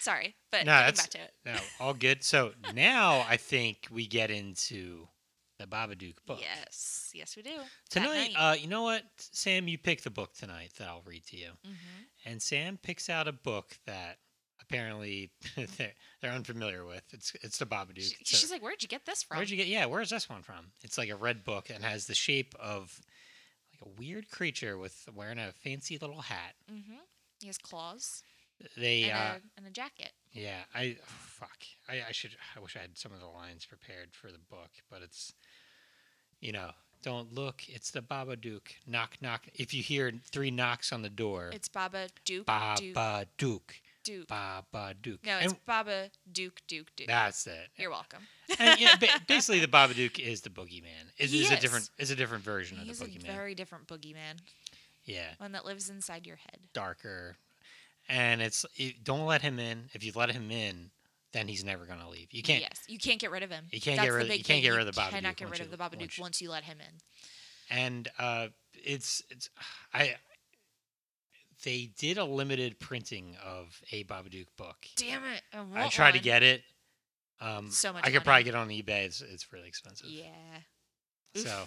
B: Sorry, but
A: No,
B: getting
A: that's-
B: back to it.
A: no, all good. So now I think we get into the Babadook book.
B: Yes, yes, we do.
A: Tonight,
B: night.
A: uh, you know what, Sam? You pick the book tonight that I'll read to you.
B: Mhm.
A: and Sam picks out a book that apparently they're, they're unfamiliar with. It's it's the Babadook.
B: She-
A: It's a-
B: she's like, where'd you get this from?
A: where'd you get? Yeah, where's this one from? It's like a red book and has the shape of like a weird creature with wearing a fancy little hat.
B: hmm He has claws
A: They uh,
B: and, a, and a jacket.
A: yeah, I fuck. I, I should. I wish I had some of the lines prepared for the book, but it's you know. Don't look, it's the Babadook. Knock, knock. If you hear three knocks on the door,
B: It's Baba Duke Duke
A: Babadook.
B: Duke.
A: Babadook.
B: No, it's
A: and
B: Baba Duke Duke Duke.
A: that's it.
B: You're welcome.
A: and, yeah, ba- basically, the Babadook is the boogeyman. Is,
B: He
A: is a
B: is.
A: different is a different version of
B: He's
A: the
B: a
A: boogeyman.
B: very different boogeyman,
A: yeah,
B: one that lives inside your head.
A: darker, and it's you don't let him in. If you let him in, then he's never gonna leave. You can't.
B: Yes, you can't get rid of him.
A: You can't
B: That's
A: get rid
B: the
A: of-
B: big
A: you can't
B: thing.
A: get rid of the Babadook
B: Cannot get
A: once
B: rid of
A: you-
B: the Babadook
A: once
B: once,
A: you-
B: you let him in.
A: And uh, it's it's I. They did a limited printing of a Babadook book.
B: Damn it! I,
A: I
B: want
A: tried to
B: one.
A: get it. Um,
B: So much
A: I could
B: money.
A: probably get it on eBay. It's, it's really expensive.
B: Yeah.
A: So,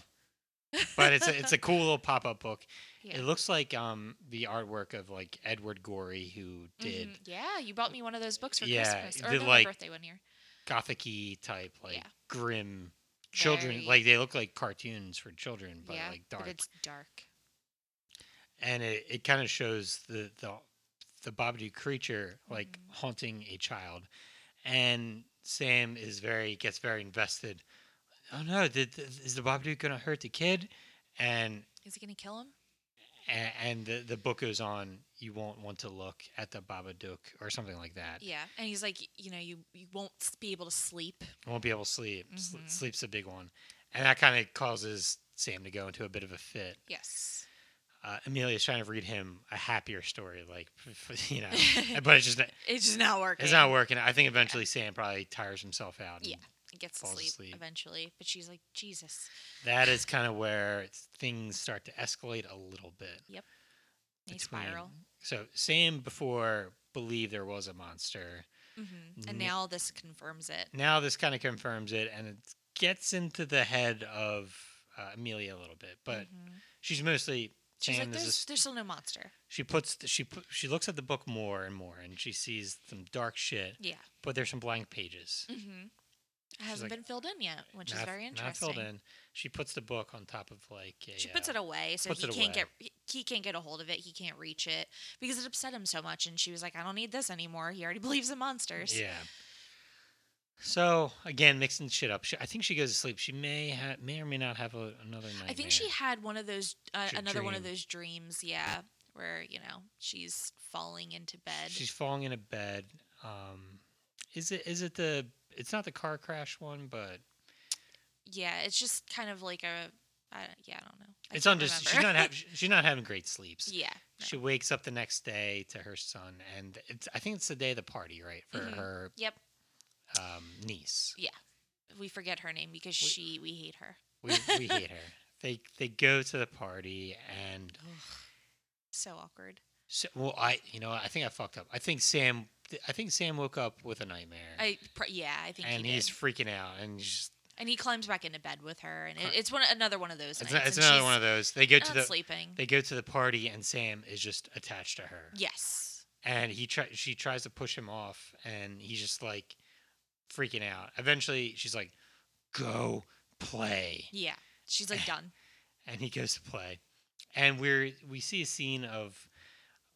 A: but it's a, it's a cool little pop up book.
B: Yeah.
A: It looks like um the artwork of like Edward Gorey who did
B: Mhm. Yeah, you bought me one of those books for
A: Yeah,
B: Christmas or
A: did,
B: no,
A: like,
B: my birthday one year.
A: gothicy type like
B: Yeah.
A: grim children
B: Very-
A: like they look like cartoons for children but
B: yeah,
A: like dark
B: but it's dark.
A: and it, it kind of shows the the the Babadook creature like
B: Mhm.
A: haunting a child and Sam is very gets very invested oh no did, is the Babadook going to hurt the kid and
B: Is it gonna kill him?
A: and, and the, the book goes on you won't want to look at the Babadook or something like that
B: Yeah, and he's like, you know, you you won't s- be able to sleep.
A: won't be able to sleep. Sl-
B: Mhm.
A: sleep's a big one, and that kind of causes Sam to go into a bit of a fit.
B: Yes.
A: Uh, Amelia's trying to read him a happier story, like you know, but it's just not-
B: It's just not working.
A: it's not working. I think eventually Sam probably tires himself out. and
B: Yeah. He gets to
A: falls
B: sleep,
A: asleep.
B: eventually, but she's like, Jesus,
A: that is kind of where it's- things start to escalate a little bit.
B: and you
A: Between-
B: spiral. Mm-hmm.
A: So Sam before believed there was a monster.
B: hmm And
A: Ni-
B: now this confirms it.
A: Now this kind of confirms it, and it gets into the head of uh, Amelia a little bit, but
B: Mhm.
A: she's mostly.
B: she's
A: Sam
B: like,
A: is a
B: there's, there's still no monster.
A: she puts th- she put, she looks at the book more and more and she sees some dark shit
B: Yeah.
A: but there's some blank pages
B: Mm-hmm. It hasn't
A: like,
B: been filled in yet, which is
A: Not-
B: very
A: not
B: interesting.
A: filled in she puts the book on top of like a,
B: She puts
A: uh,
B: it away, so
A: puts
B: he
A: it
B: can't
A: away.
B: get he- he can't get a hold of it. He can't reach it because it upset him so much. And she was like, "I don't need this anymore. He already believes in monsters."
A: yeah so again mixing shit up she, i think she goes to sleep she may ha- may or may not have a, another nightmare
B: I think she had one of those uh,
A: It's a
B: another one of
A: dream.
B: those dreams, yeah, where you know she's falling into bed.
A: she's falling in a bed um is it is it the it's not the car crash one but
B: yeah, it's just kind of like a I, yeah, I don't know. I
A: it's
B: can't
A: under. She's
B: remember.
A: not. Ha- she's not having great sleeps.
B: yeah. no.
A: She wakes up the next day to her son, and it's. I think it's the day of the party, right, for
B: Mhm.
A: her
B: Yep.
A: um, niece.
B: We forget her name because
A: We-
B: she we hate her.
A: We, we hate her. They they go to the party, and
B: So awkward.
A: so, well, I you know I think I fucked up. I think Sam. I think Sam woke up with a nightmare,
B: I pr- yeah, I think
A: and
B: he
A: he's
B: did.
A: freaking out, and he's just,
B: and he climbs back into bed with her, and
A: Huh.
B: it, it's one another one of those.
A: it's,
B: nights,
A: it's
B: and
A: another
B: she's
A: one of those. They go to
B: not
A: the
B: sleeping.
A: they go to the party, and Sam is just attached to her.
B: yes.
A: and he try she tries to push him off and he's just like freaking out eventually she's like go play
B: Yeah. She's like done.
A: and he goes to play and we're we see a scene of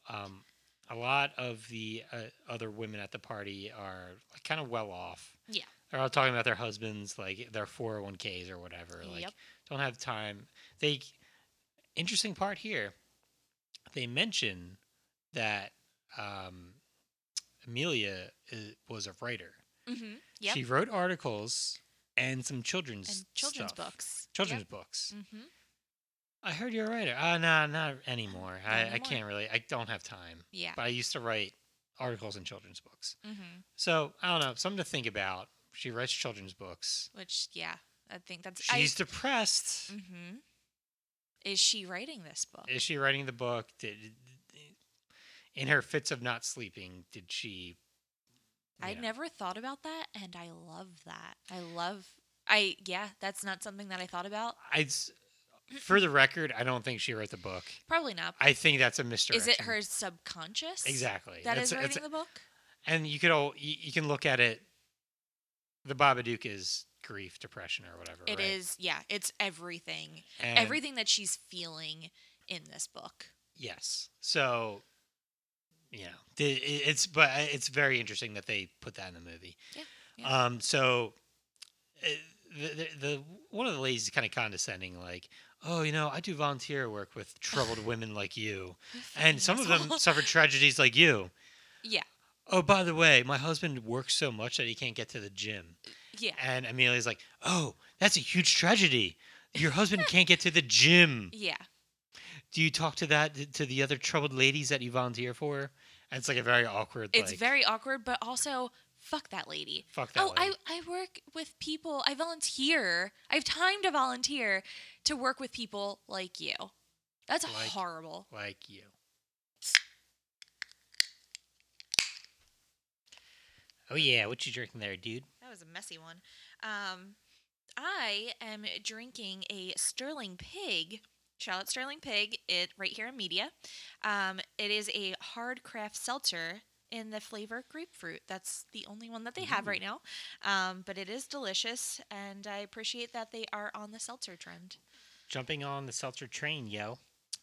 A: um a lot of the uh, other women at the party are like, kind of well off
B: Yeah.
A: they're all talking about their husbands like their 401ks or whatever like
B: Yep.
A: don't have time they interesting part here they mention that um amelia is, was a writer
B: Mm-hmm. Yep.
A: she wrote articles and some children's
B: and children's
A: stuff.
B: books.
A: children's books
B: Mm-hmm.
A: I heard you're a writer. Uh, no, not anymore.
B: Not
A: I, I
B: anymore.
A: can't really. I don't have time.
B: Yeah.
A: But I used to write articles in children's books.
B: Mm-hmm.
A: So I don't know. Something to think about. She writes children's books.
B: Which yeah, I think that's.
A: She's depressed.
B: I, mm-hmm. Is she writing this book?
A: Is she writing the book? Did, in her fits of not sleeping, did she? you
B: I
A: know,
B: never thought about that, and I love that. I love. I yeah, that's not something that I thought about.
A: I s- for the record, I don't think she wrote the book.
B: Probably not.
A: I think that's a misdirection.
B: Is it her subconscious?
A: Exactly.
B: That
A: That's-
B: is
A: that's-
B: writing the book.
A: and you could all you, you can look at it. The Babadook is grief, depression, or whatever.
B: It
A: right?
B: is. Yeah, it's everything.
A: And-
B: everything that she's feeling in this book.
A: Yes. So, you know, the- it- it's but it's very interesting that they put that in the movie.
B: Yeah, yeah.
A: Um. So, uh, the, the the one of the ladies is kind of condescending, like, "Oh, you know, I do volunteer work with troubled women like you, and some of them
B: asshole.
A: suffered tragedies like you."
B: Yeah.
A: Oh, by the way, my husband works so much that he can't get to the gym.
B: Yeah.
A: And Amelia's like, "Oh, that's a huge tragedy. Your husband can't get to the gym."
B: Yeah.
A: do you talk to that to the other troubled ladies that you volunteer for? And it's like a very awkward.
B: It's
A: like,
B: very awkward, but also fuck that lady.
A: fuck that.
B: oh,
A: lady.
B: I I work with people. I volunteer. I have time to volunteer to work with people like you. That's
A: Like-
B: horrible.
A: like you. Oh yeah, what you drinking there, dude?
B: That was a messy one. Um, I am drinking a Sterling Pig. Shout out Sterling Pig. It right here in media. Um, it is a hard craft seltzer in the flavor grapefruit. That's the only one that they have right now. Um, but it is delicious, and I appreciate that they are on the seltzer trend.
A: Jumping on the seltzer train, yo,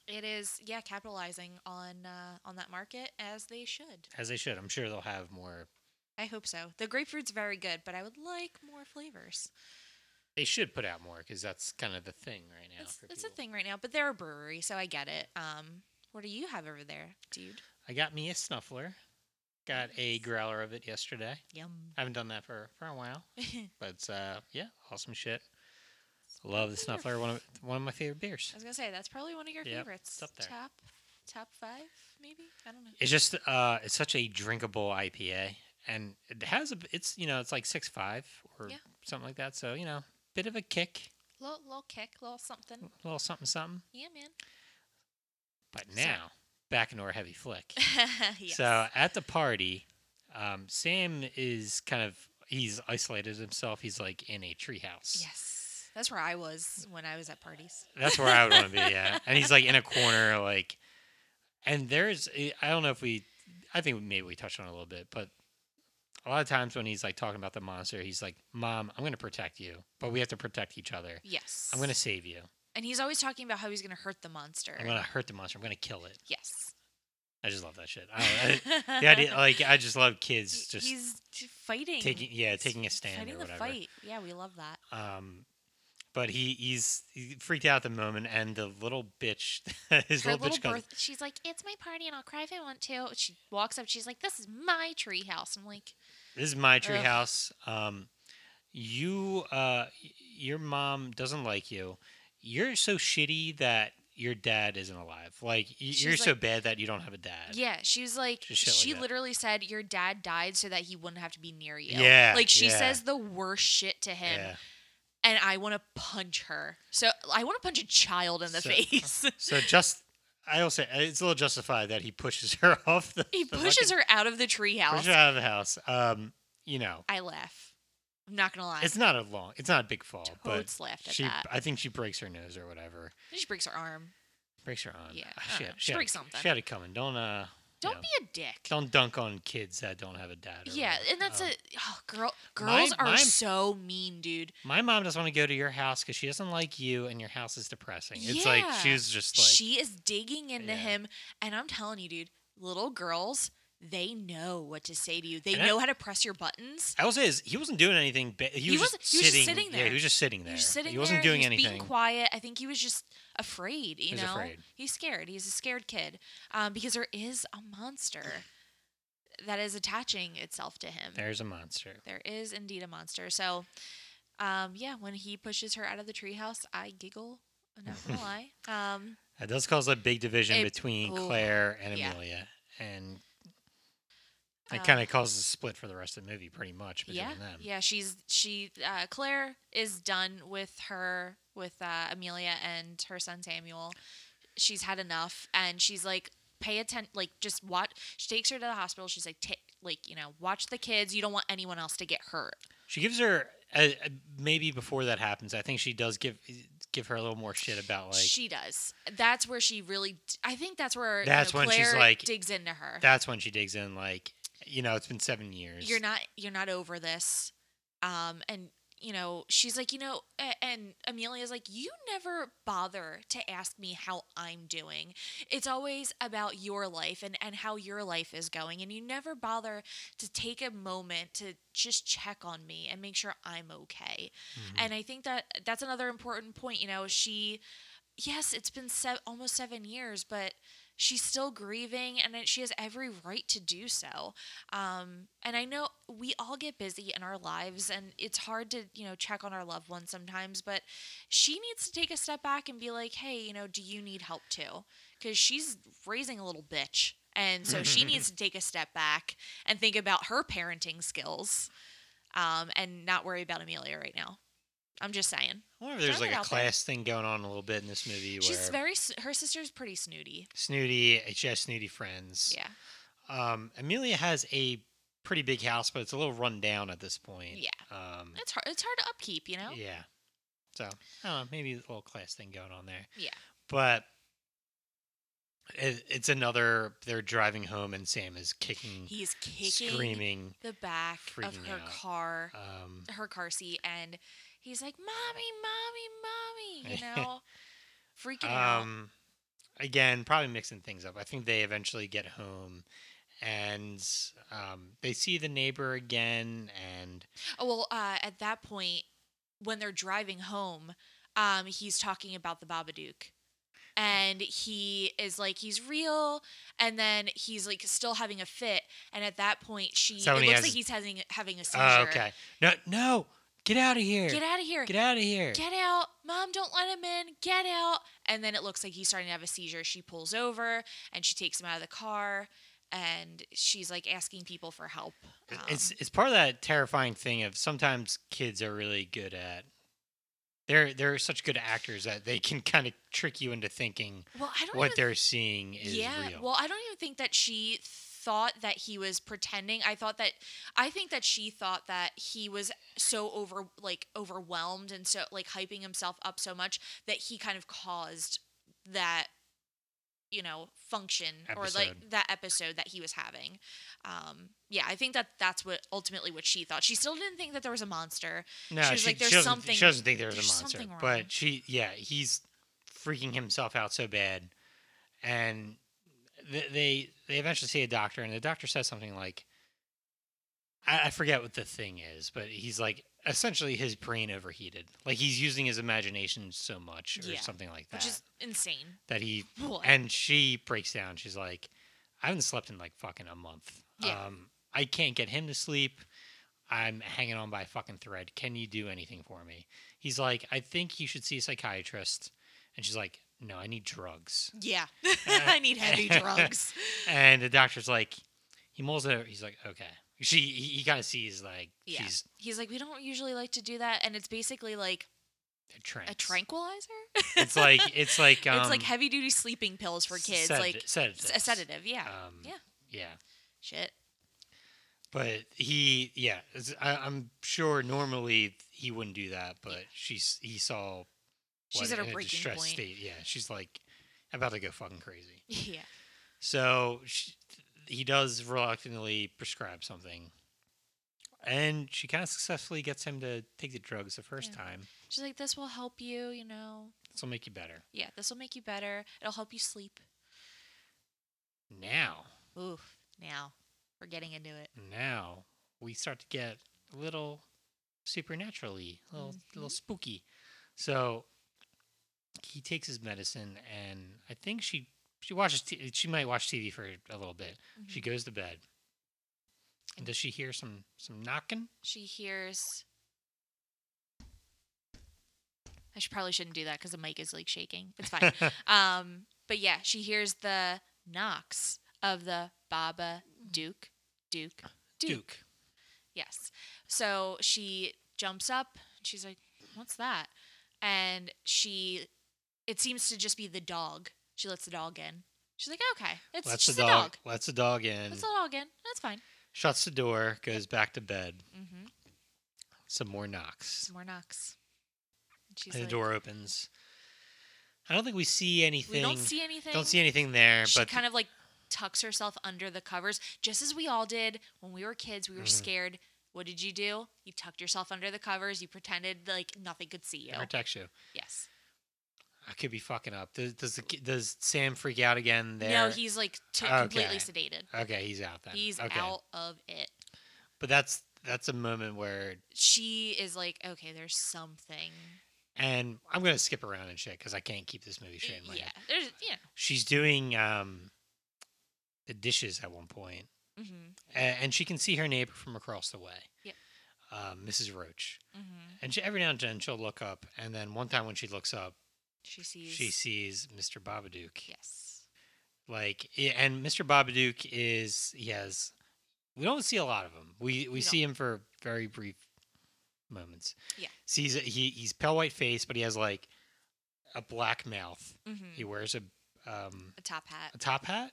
B: It is, yeah, capitalizing on uh, on that market as they should.
A: as they should. I'm sure they'll have more.
B: I hope so. The grapefruit's very good, but I would like more flavors.
A: They should put out more because that's kind of the thing right now.
B: It's,
A: for
B: it's a
A: people.
B: thing right now, but they're a brewery, so I get it. Um, what do you have over there, dude?
A: I got me a snuffler. Got a
B: Nice.
A: growler of it yesterday.
B: Yum.
A: I haven't done that for for a while, but it's, uh, yeah, awesome shit. Love the
B: Those are your
A: snuffler. One of one of my favorite beers.
B: I was gonna say that's probably one of your
A: Yep,
B: favorites.
A: it's up there.
B: Top, top five, maybe. I don't know.
A: It's just uh, it's such a drinkable IPA, and it has a it's you know it's like six five or
B: Yeah.
A: something like that. So you know, bit of a kick,
B: Little, little kick, little something.
A: a little something something.
B: Yeah, man.
A: But
B: So-
A: now back into our heavy flick.
B: yes.
A: So at the party, um, Sam is kind of he's isolated himself. He's like in a treehouse.
B: yes, that's where I was when I was at parties.
A: That's where I would want to be. Yeah, and he's like in a corner, like, and there's eh, I don't know if we, I think maybe we touched on it a little bit, but a lot of times when he's like talking about the monster, he's like, "Mom, I'm gonna protect you, but we have to protect each other.
B: Yes.
A: I'm gonna save you.
B: And he's always talking about how he's gonna hurt the monster.
A: I'm gonna hurt the monster. I'm gonna kill it.
B: Yes.
A: I just love that shit. I don't, I, Oh, uh, the idea, like, I just love kids just
B: he's t- fighting.
A: taking, yeah,
B: he's
A: taking a stand
B: Fighting
A: or
B: the
A: whatever.
B: fight. Yeah, we love that.
A: Um, but he he's he freaked out at the moment, and the little bitch, his
B: her
A: little,
B: little
A: bitch comes.
B: birth. She's like, "It's my party, and I'll cry if I want to." She walks up. She's like, "This is my treehouse." I'm like,
A: This is my tree
B: Ugh.
A: house. Um, you uh y- your mom doesn't like you you're so shitty that your dad isn't alive like y- you're
B: She's
A: so
B: like-
A: bad that you don't have a dad
B: Yeah, she was like,
A: Just shit like
B: she
A: that.
B: literally said, Your dad died so that he wouldn't have to be near you.
A: Yeah,
B: Like, she
A: yeah.
B: says the worst shit to him,
A: Yeah.
B: and I want to punch her. So, I want to punch a child in the
A: So-
B: face.
A: so just i will say uh, it's a little justified that he pushes her off the
B: he
A: the
B: pushes
A: fucking-
B: her out of the treehouse.
A: pushes her out of the house um you know
B: I laugh. I'm not going to lie.
A: it's not a long it's not a big fall but
B: Toads laughed at
A: she
B: that.
A: i think she breaks her nose or whatever
B: She breaks her arm.
A: breaks her arm
B: Yeah,
A: Ah,
B: I don't
A: she,
B: know.
A: had,
B: She
A: she, had,
B: breaks
A: it-
B: something.
A: she had it coming don't uh
B: Don't
A: Yeah.
B: be a dick.
A: don't dunk on kids that don't have a dad or
B: yeah,
A: whatever.
B: and that's
A: Um,
B: a oh, girl.
A: my-
B: Girls are
A: my-
B: so mean, dude.
A: my mom doesn't want to go to your house because she doesn't like you and your house is depressing. It's like
B: Yeah.
A: she was just like,
B: she is digging into
A: Yeah.
B: him, and I'm telling you, dude. Little girls, they know what to say to you. They
A: And I-
B: know how to press your buttons.
A: I will say is he wasn't doing anything. Ba- he,
B: He
A: was
B: wasn't-
A: just
B: he was just
A: sitting,
B: sitting
A: Yeah,
B: there.
A: he was just sitting there.
B: He was sitting
A: he wasn't
B: there,
A: doing
B: he was
A: anything.
B: Being quiet. I think he was just afraid. You
A: was
B: know,
A: afraid.
B: he's scared. He's a scared kid um, because there is a monster that is attaching itself to him.
A: There's a monster.
B: There is indeed a monster. So, um, yeah, when he pushes her out of the treehouse, I giggle. I'm not gonna lie. Um,
A: That does cause a big division
B: It-
A: between
B: ooh,
A: Claire and
B: yeah.
A: Amelia, and it
B: um,
A: kind of causes a split for the rest of the movie, pretty much between
B: yeah,
A: them.
B: yeah. She's she uh, Claire is done with her with uh, Amelia and her son Samuel. She's had enough, and she's like, pay attention. Like, just watch. She takes her to the hospital. She's like, "Ta- like you know, watch the kids. You don't want anyone else to get hurt.
A: She gives her uh, uh, maybe before that happens. I think she does give give her a little more shit about like
B: she does. That's where she really. I think that's where you
A: That's
B: know,
A: when she's
B: Claire
A: like,
B: digs into her.
A: that's when she digs in like you know it's been seven years.
B: you're not you're not over this um and you know she's like you know a- and amelia's like you never bother to ask me how i'm doing it's always about your life and and how your life is going and you never bother to take a moment to just check on me and make sure i'm okay
A: Mhm.
B: and i think that that's another important point you know she yes it's been se- almost seven years but she's still grieving and it- she has every right to do so um, and i know we all get busy in our lives and it's hard to you know check on our loved ones sometimes but she needs to take a step back and be like hey you know do you need help too because she's raising a little bitch and so she needs to take a step back and think about her parenting skills um, and not worry about amelia right now i'm just saying
A: I wonder if there's like
B: throwing it
A: a
B: out there.
A: class thing going on a little bit in this movie where
B: she's very s- her sister's pretty snooty
A: snooty. She has snooty friends.
B: yeah
A: Um, Amelia has a pretty big house, but it's a little run down at this point.
B: Yeah.
A: Um,
B: it's hard it's hard to upkeep you know
A: Yeah. So I don't know, maybe a little class thing going on there.
B: Yeah.
A: But it, it's another. They're driving home, and Sam is kicking,
B: he's kicking
A: screaming.
B: the back of
A: freaking
B: her
A: out.
B: car,
A: Um,
B: her car seat, and he's like, "Mommy, mommy, mommy," you know, freaking out.
A: um, again, probably mixing things up. I think they eventually get home, and um, they see the neighbor again, and
B: Oh, well, uh, at that point, when they're driving home, um, he's talking about the Babadook. And he is like, he's real. And then he's like, still having a fit. And at that point, she
A: Is that
B: it
A: when
B: looks
A: he has-
B: like he's having having a seizure.
A: oh, okay, no, no, get out of here,
B: Get out of here.
A: get out of here.
B: Get out. Mom, don't let him in. Get out. And then it looks like he's starting to have a seizure. She pulls over and she takes him out of the car and she's like asking people for help. Um,
A: it's it's part of that terrifying thing of sometimes kids are really good at they're they're such good actors that they can kind of trick you into thinking
B: Um, well, I don't
A: what
B: even-
A: they're seeing is
B: Yeah.
A: real.
B: Well, I don't even think that she thought that he was pretending. I thought that I think that she thought that he was so over like overwhelmed and so like hyping himself up so much that he kind of caused that you know function or
A: Episode.
B: like that episode that he was having um yeah i think that that's what ultimately what she thought she still didn't think that there was a monster
A: no,
B: she was like, "There's
A: doesn't,
B: something-
A: She doesn't think there's,
B: there's
A: a monster,
B: something wrong."
A: but she yeah, he's freaking himself out so bad, and th- they they eventually see a doctor, and the doctor says something like, I, I forget what the thing is, but he's like. Essentially, his brain overheated. Like he's using his imagination so much, or
B: Yeah,
A: something like that.
B: which is insane
A: that he
B: Well,
A: and she breaks down. She's like, I haven't slept in like fucking a month.
B: Yeah.
A: Um, I can't get him to sleep. I'm hanging on by a fucking thread. Can you do anything for me? He's like, I think you should see a psychiatrist. And she's like, No, I need drugs.
B: Yeah. I need heavy drugs.
A: And the doctor's like, He mulls it over. He's like, Okay. She, he, he kind of sees like
B: Yeah.
A: she's
B: He's like, we don't usually like to do that, and it's basically like
A: a trance.
B: a tranquilizer.
A: It's like it's like um,
B: it's like heavy duty sleeping pills for kids,
A: sedati-
B: like
A: sedatives.
B: a sedative. Yeah.
A: Um,
B: Yeah.
A: yeah.
B: Shit.
A: But he, yeah, it's- I, I'm sure normally he wouldn't do that, but she's he saw what,
B: She's at her
A: in
B: breaking
A: distressed
B: point.
A: state. Yeah, she's like about to go fucking crazy.
B: Yeah.
A: So she, he does reluctantly prescribe something, and she kind of successfully gets him to take the drugs the first
B: Yeah.
A: time.
B: She's like, this will help you, you know.
A: This will make you better.
B: Yeah, this will make you better. It'll help you sleep.
A: Now,
B: Oof. Now we're getting into it.
A: now we start to get a little supernaturally, a little, a
B: Mm-hmm.
A: little spooky. So he takes his medicine, and I think she she watches t- she might watch TV for a little bit. She
B: Mm-hmm.
A: goes to bed. And does she hear some some knocking?
B: She hears. I should probably shouldn't do that because the mic is like shaking. It's fine. um, but yeah, she hears the knocks of the Baba
A: Mm.
B: Duke, Duke, Duke. Yes. So she jumps up. and She's like, "What's that?" And she, it seems to just be the dog. She lets the dog in. She's like, "Okay, it's
A: lets the
B: just
A: dog,
B: a dog.
A: lets the dog in.
B: Let's let dog in. That's fine."
A: shuts the door. Goes back to bed.
B: Mm-hmm.
A: Some more knocks.
B: Some more knocks. And she's
A: and the
B: like,
A: door opens. I don't think we see anything.
B: "We don't see anything."
A: Don't see anything there.
B: She
A: but
B: kind of like tucks herself under the covers, just as we all did when we were kids. We were
A: Mhm.
B: scared. What did you do? You tucked yourself under the covers. You pretended like nothing could see you.
A: it protects you.
B: Yes.
A: I could be fucking up. Does does, the, ki- does Sam freak out again? There.
B: No, he's like t-
A: Okay.
B: completely sedated.
A: Okay, he's out then.
B: He's
A: okay.
B: out of it.
A: But that's that's a moment where,
B: She is like, okay, there's something.
A: and I'm gonna skip around and shit because I can't keep this movie straight in my
B: yeah,
A: head.
B: there's yeah.
A: She's doing um, the dishes at one point,
B: Mm-hmm,
A: a- and she can see her neighbor from across the way.
B: Yep.
A: Um, Mrs. Roach,
B: mm-hmm.
A: and she, every now and then she'll look up, and then one time when she looks up,
B: She sees.
A: she sees Mr. Babadook.
B: yes.
A: Like, i- and Mr. Babadook is he has. We don't see a lot of him. We we
B: We
A: see him for very brief moments.
B: Yeah.
A: Sees he he's pale white face, but he has like a black mouth.
B: Mm-hmm.
A: He wears a um
B: A top hat.
A: a top hat.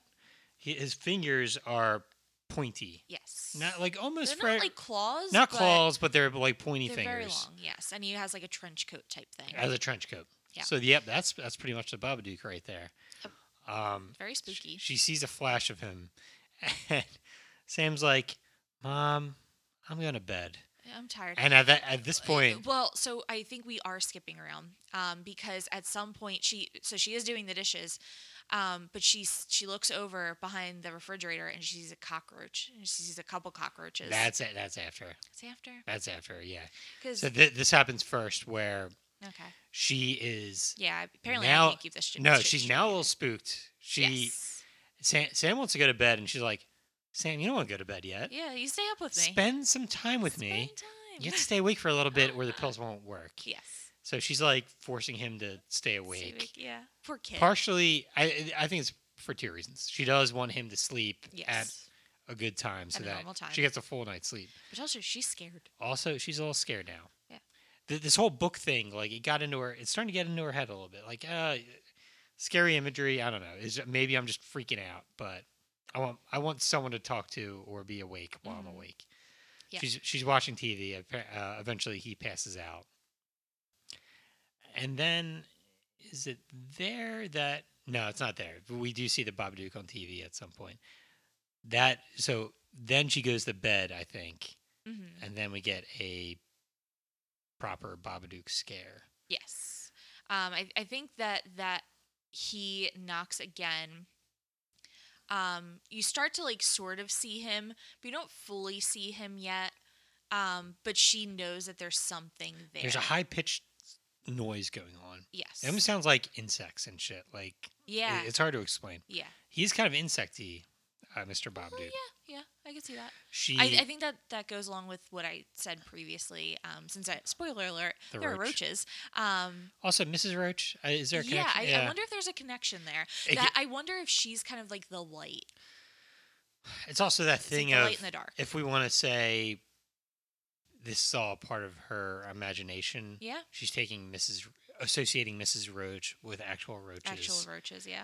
A: He, his fingers are pointy,
B: Yes.
A: not like
B: They're
A: almost
B: not
A: fra-
B: like claws.
A: not
B: but
A: claws, but they're like pointy
B: They're very
A: fingers
B: long. Yes, and he has like a trench coat type thing.
A: as a trench coat.
B: Yeah.
A: So yep, that's that's pretty much the Babadook right there.
B: Yep.
A: Um,
B: very
A: Sh-
B: spooky.
A: She sees a flash of him, and Sam's like, "Mom, I'm going to bed."
B: I'm tired.
A: And at that, at this
B: Uh,
A: point,
B: Well, so I think we are skipping around um, because at some point she, so she is doing the dishes, um, but she she looks over behind the refrigerator and she sees a cockroach. And she sees a couple cockroaches.
A: that's it. That's after.
B: it's after
A: That's after. Yeah.
B: because
A: So th- this happens first, where
B: okay,
A: she is.
B: yeah. Apparently,
A: Now-
B: I can't keep this. shit-
A: No,
B: shit
A: she's
B: straight
A: now a
B: either.
A: little spooked. She
B: Yes.
A: Sam, Sam wants to go to bed, and she's like, "Sam, you don't want to go to bed yet.
B: Yeah, you stay up with me.
A: Spend some time with
B: Spend
A: me.
B: time.
A: You have to stay awake for a little bit, where the pills won't work."
B: yes.
A: So she's like forcing him to stay
B: Stay
A: awake.
B: Yeah. Poor kid.
A: partially i i think it's for two reasons she does want him to sleep
B: yes.
A: at a good time so
B: At a
A: that
B: normal time.
A: she gets a full night's sleep
B: But also, she's scared.
A: also she's a little scared now
B: Yeah.
A: Th- this whole book thing like it got into her it's starting to get into her head a little bit like uh scary imagery i don't know is maybe i'm just freaking out but i want i want someone to talk to or be awake while i'm
B: Mhm.
A: awake
B: Yeah.
A: she's she's watching tv appa- uh, eventually he passes out and then is it there that no it's not there but we do see the babadook on tv at some point that so then she goes to bed i think
B: Mm-hmm.
A: and then we get a proper Babadook scare.
B: Yes. Um, I, I think that that he knocks again. Um, you start to like sort of see him, but you don't fully see him yet. Um, but she knows that there's something there.
A: There's a high pitched noise going on.
B: yes.
A: It almost sounds like insects and shit. Like it-
B: yeah.
A: it's hard to explain.
B: yeah.
A: He's kind of insecty, uh, Mr.
B: Oh
A: Babadook.
B: yeah. Yeah. I could see that.
A: She
B: I, I think that that goes along with what I said previously. Um, since I, spoiler alert,
A: The
B: there are
A: roach.
B: roaches. Um,
A: also Mrs. Roach. uh, Is there a
B: yeah,
A: connection?
B: I, I wonder if there's a connection there.
A: It-
B: That, I wonder if she's kind of like the light,
A: It's also that
B: it's like
A: thing
B: the
A: of
B: light in the dark.
A: if we want to say this is all part of her imagination,
B: Yeah,
A: she's taking Mrs. R- associating Mrs. Roach with actual roaches.
B: actual roaches. Yeah,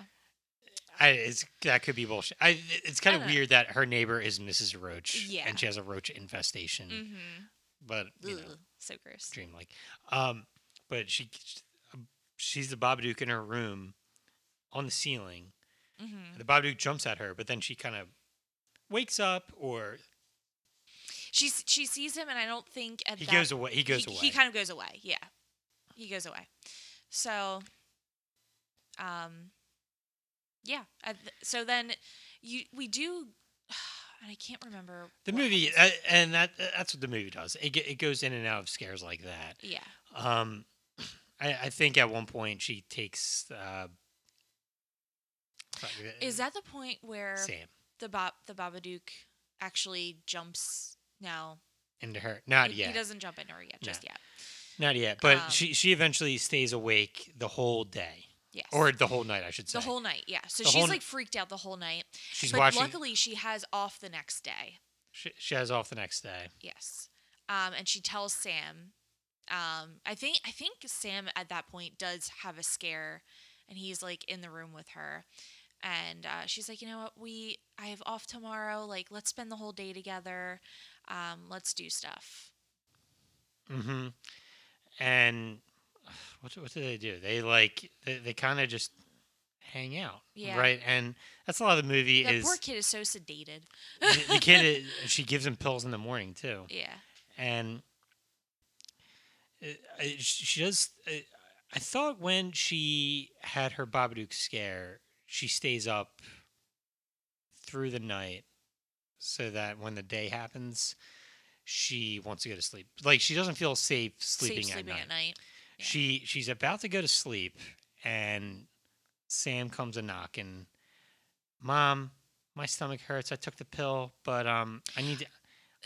A: I, it's, that could be bullshit. I, it's kind of
B: dunno.
A: weird that her neighbor is Mrs. Roach,
B: Yeah.
A: and she has a roach infestation.
B: mm-hmm.
A: But you know,
B: so gross.
A: dreamlike. Um, but she, um, she's the Babadook in her room, on the ceiling.
B: hmm
A: The Babadook jumps at her, but then she kind of wakes up, or
B: She's she sees him, and I don't think at
A: he
B: that
A: goes away. He goes away.
B: He kind of goes away. Yeah, he goes away. So, um, yeah. I th- so then, you we do, and I can't remember
A: the
B: what
A: movie,
B: happens.
A: uh, and that that's what the movie does. It ge- it goes in and out of scares like that.
B: yeah,
A: Um, I, I think at one point she takes. Uh, fuck, uh,
B: is that the point where
A: Sam
B: the Bob the Babadook actually jumps? No,
A: into her? Not
B: he, he
A: yet.
B: doesn't jump into her yet,
A: No.
B: just yet.
A: Not yet. But
B: Um,
A: she she eventually stays awake the whole day
B: Yes,
A: or the whole night, I should say.
B: the whole night. Yeah, so
A: The whole
B: she's
A: n-
B: like freaked out the whole night.
A: She's
B: but
A: watching.
B: luckily, she has off the next day.
A: she, she has off the next day.
B: Yes. Um, and she tells Sam. Um, I think I think Sam at that point does have a scare, and he's like in the room with her, and uh, she's like, you know what, we I have off tomorrow. Like, let's spend the whole day together. Um, let's do stuff.
A: Mm-hmm. And what what do they do? They like they, they kind of just hang out,
B: Yeah.
A: right? And that's a lot of the movie
B: that
A: is
B: poor kid is so sedated.
A: the, the kid. Is, she gives him pills in the morning too,
B: Yeah.
A: and uh, uh, sh- she does. uh, I thought when she had her Babadook scare, she stays up through the night so that when the day happens, she wants to go to sleep. Like she doesn't feel safe
B: Safe
A: sleeping, at, night.
B: at night. Yeah.
A: She she's about to go to sleep, and Sam comes a knocking. Mom, my stomach hurts. I took the pill, but um, I need to.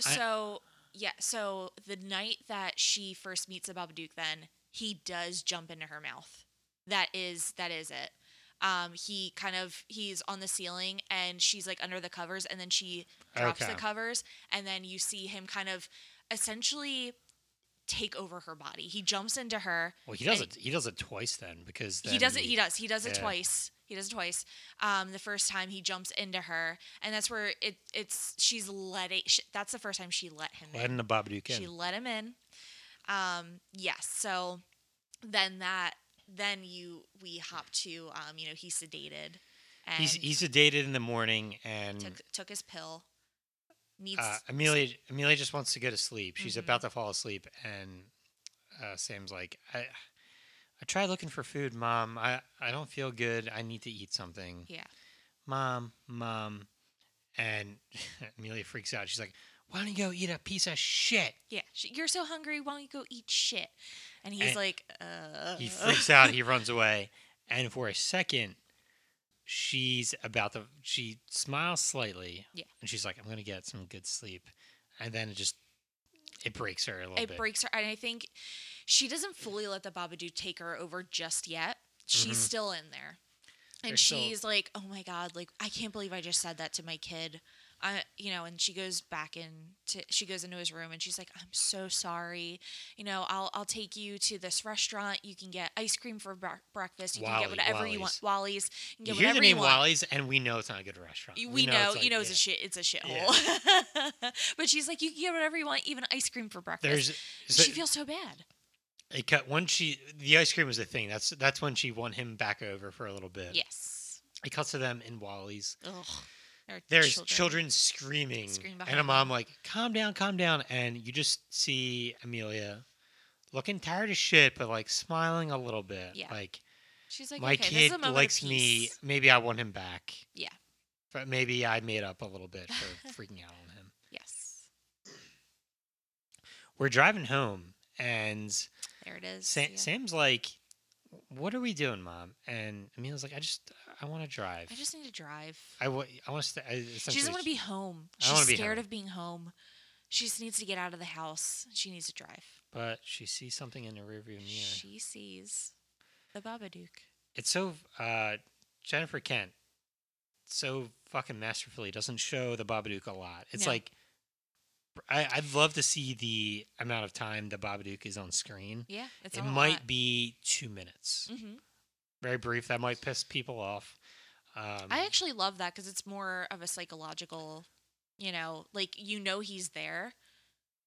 A: I-
B: So yeah, so the night that she first meets the Babadook, then he does jump into her mouth. That is that is it. Um, he kind of he's on the ceiling and she's like under the covers, and then she drops
A: Okay.
B: the covers, and then you see him kind of essentially take over her body. He jumps into her.
A: Well, he does
B: and-
A: it. He does it twice then because
B: he
A: then
B: does it. He does. He does it
A: yeah.
B: twice. He does it twice. Um, the first time he jumps into her, and that's where it. It's she's letting. Sh- that's the first time she let him. in.
A: Letting the Babadook in.
B: She let him in. Um, yes. So then that then you we hop to um, you know, he's sedated and
A: he's he's sedated in the morning, and
B: took took his pill. Needs
A: uh, Amelia Amelia just wants to go to sleep. She's
B: Mhm.
A: about to fall asleep, and uh, Sam's like, I I tried looking for food, Mom. I I don't feel good. I need to eat something.
B: Yeah.
A: Mom, Mom, and Amelia freaks out. She's like, Why don't you go eat a piece of shit?
B: Yeah. She, You're so hungry, why don't you go eat shit? And he's
A: And
B: like, uh
A: He freaks out. He runs away, and for a second, she's about to. She smiles slightly.
B: Yeah.
A: And she's like, I'm gonna get some good sleep, and then it just it breaks her a little
B: it
A: bit.
B: breaks her and I think she doesn't fully let the Babadook take her over just yet. She's
A: Mhm.
B: still in there. And
A: They're still-
B: she's like, "Oh my god, like I can't believe I just said that to my kid." I, you know, and she goes back into she goes into his room and she's like, "I'm so sorry. You know, I'll I'll take you to this restaurant. You can get ice cream for bro- breakfast. You can
A: Wally-
B: get whatever you want. Wally's. You
A: you
B: can get
A: hear
B: whatever
A: the name
B: you want.
A: Wally's, and we know it's not a good restaurant.
B: You- We, know,
A: it's like-
B: you know, it's
A: yeah.
B: a shit, it's a shithole. but she's like, you can get whatever you want, even ice cream for breakfast.
A: There's so
B: she feels so bad.
A: it cut once she the ice cream was the thing. That's that's when she won him back over for a little bit.
B: Yes.
A: It cuts to them in Wally's.
B: Ugh. There are
A: there's children, screaming,
B: Scream
A: and a
B: behind
A: mom like calm down calm down and you just see amelia looking tired as shit but like smiling a little bit
B: Yeah.
A: like,
B: She's like,
A: my
B: okay, this is a
A: kid
B: moment of
A: likes me
B: peace."
A: maybe i want him back
B: Yeah.
A: but maybe i made up a little bit for freaking out on him
B: Yes.
A: we're driving home and
B: There it is.
A: Sam,
B: yeah.
A: sam's like what are we doing, mom? And Amelia's like, I just, I want to drive.
B: I just need to drive.
A: I want, I want to stay. I,
B: She
A: essentially-
B: doesn't want to be home.
A: I don't wanna
B: She's
A: be
B: scared
A: home.
B: of being home. She just needs to get out of the house. She needs to drive.
A: But she sees something in the rearview mirror.
B: She sees the Babadook.
A: it's so uh, Jennifer Kent so fucking masterfully doesn't show the Babadook a lot. It's
B: No.
A: like I, I'd love to see the amount of time the Babadook is on screen.
B: Yeah, it's
A: it might be two minutes,
B: hmm
A: very brief. That might piss people off. Um,
B: I actually love that because it's more of a psychological, you know, like you know he's there.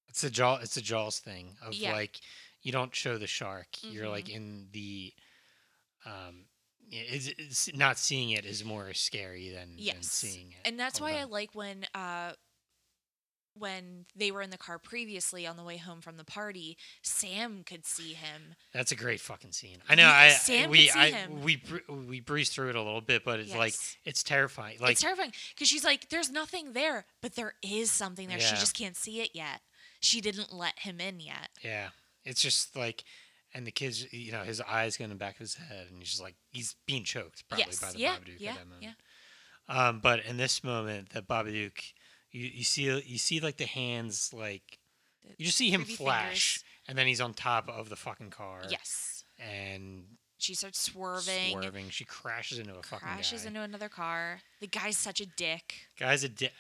A: it's a jaw. It's a Jaws thing of
B: Yeah. Mm-hmm.
A: like you don't show the shark. You're like in the. Um, it's, it's not seeing it is more scary than, than
B: Yes.
A: seeing it.
B: And that's
A: all the
B: why I
A: time.
B: like when uh when they were in the car previously on the way home from the party, Sam could see him.
A: That's a great fucking scene. I know.
B: You-
A: I
B: Sam
A: we
B: could see
A: I
B: him.
A: we bru- we breezed through it a little bit, but it's like
B: Yes.
A: it's terrifying. Like
B: it's terrifying because she's like, "There's nothing there, but there is something there. She
A: Yeah.
B: just can't see it yet. She didn't let him in yet."
A: yeah, it's just like, and the kids, you know, his eyes go in the back of his head, and he's just like he's being choked probably
B: yes,
A: by the
B: yeah,
A: Babadook
B: yeah,
A: at that moment.
B: yeah.
A: Um, but in this moment, the Babadook, you you see you see like the hands like
B: The
A: you just see him
B: creepy
A: flash,
B: fingers.
A: and then he's on top of the fucking car.
B: Yes,
A: and
B: she starts
A: swerving.
B: swerving,
A: She crashes into a fucking
B: crashes
A: guy.
B: into another car. The guy's such a dick.
A: Guys, a di-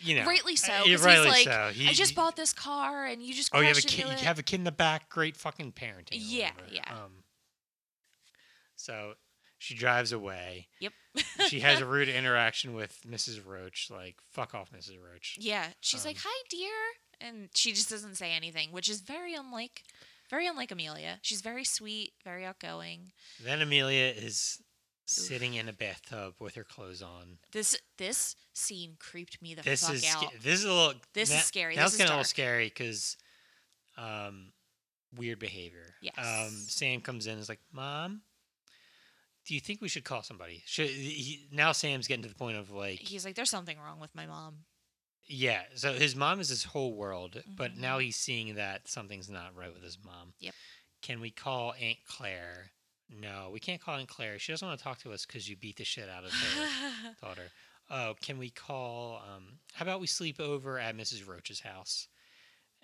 A: you know,
B: rightly so.
A: uh,
B: 'cause he's
A: rightly
B: like,
A: so. He-
B: I just
A: he-
B: bought this car, and you just
A: Oh, you have a
B: crashed
A: kid.
B: into
A: You
B: it."
A: have a kid in the back. Great fucking parenting. or
B: Yeah,
A: whatever.
B: yeah.
A: Um, so she drives away.
B: Yep.
A: she has a rude interaction with Mrs. Roach. Like, fuck off, Mrs. Roach.
B: Yeah, she's like,
A: Um,
B: "Hi, dear," and she just doesn't say anything, which is very unlike, very unlike Amelia. She's very sweet, very outgoing.
A: Then Amelia is sitting in a bathtub with her clothes on.
B: This this scene creeped me the
A: This
B: fuck
A: is
B: out.
A: sca- this is a little
B: This is
A: na-
B: scary.
A: Now it's
B: This is
A: getting a little
B: dark.
A: scary because, um, weird behavior. Um,
B: Yes.
A: Sam comes in and is like, "Mom, do you think we should call somebody?" Should he, now Sam's getting to the point of like,
B: He's like, "There's something wrong with my mom."
A: Yeah. So his mom is his whole world, but
B: Mhm.
A: now he's seeing that something's not right with his mom.
B: Yep.
A: Can we call Aunt Claire? No, we can't call Aunt Claire. She doesn't want to talk to us because you beat the shit out of her daughter. Oh, can we call? Um, how about we sleep over at Mrs. Roach's house?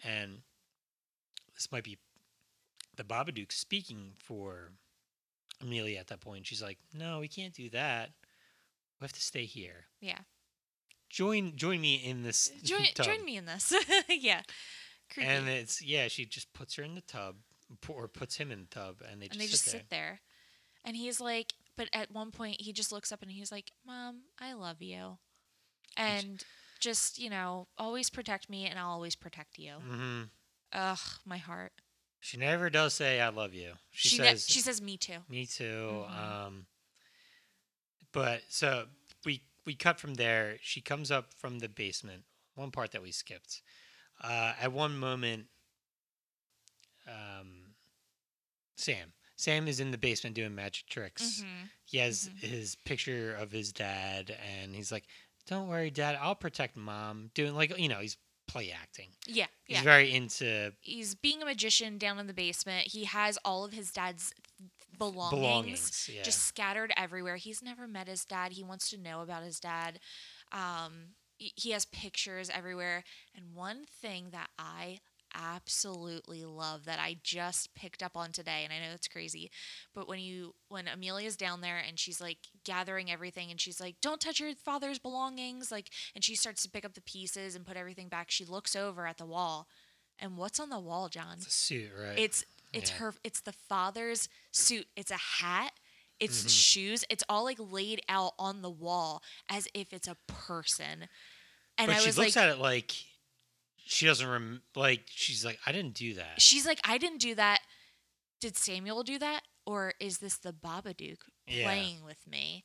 A: And this might be the Babadook speaking for Amelia at that point. She's like, "No, we can't do that. We have to stay here.
B: yeah,
A: Join, join me in this.
B: join
A: tub."
B: join me in this. yeah, creepy.
A: And it's yeah, she just puts her in the tub pu- or puts him in the tub, and they just,
B: and they just
A: sit,
B: sit there. And he's like, but at one point he just looks up and he's like, "Mom, I love you,"
A: And sh-
B: and just you know, always protect me, and I'll always protect you.
A: there. hmm
B: Ugh, my heart.
A: She never does say "I love you." She,
B: ne-
A: says
B: she says me too.
A: "Me too."
B: Mhm.
A: Um, but so we we cut from there. She comes up from the basement. One part that we skipped. Uh, at one moment, um, Sam Sam is in the basement doing magic tricks.
B: Mhm.
A: he has
B: Mhm.
A: his picture of his dad and he's like don't worry dad i'll protect mom doing like you know he's play acting
B: Yeah, yeah.
A: he's very into
B: he's being a magician down in the basement. He has all of his dad's belongings,
A: belongings yeah
B: just scattered everywhere. He's never met his dad. He wants to know about his dad. Um, he he has pictures everywhere. And one thing that I absolutely love that I just picked up on today, and I know it's crazy, but when you when Amelia's down there and she's like gathering everything and she's like, "Don't touch your father's belongings," like, and she starts to pick up the pieces and put everything back. She looks over at the wall, and what's on the wall, John?
A: it's a suit right
B: It's it's
A: Yeah.
B: her it's the father's suit. It's a hat. It's
A: Mhm.
B: shoes. It's all like laid out on the wall as if it's a person. And
A: but
B: I
A: she
B: was
A: looks
B: like
A: at it like she doesn't rem- like she's like i didn't do that
B: she's like I didn't do that. Did Samuel do that or is this the Babadook
A: Yeah.
B: playing with me?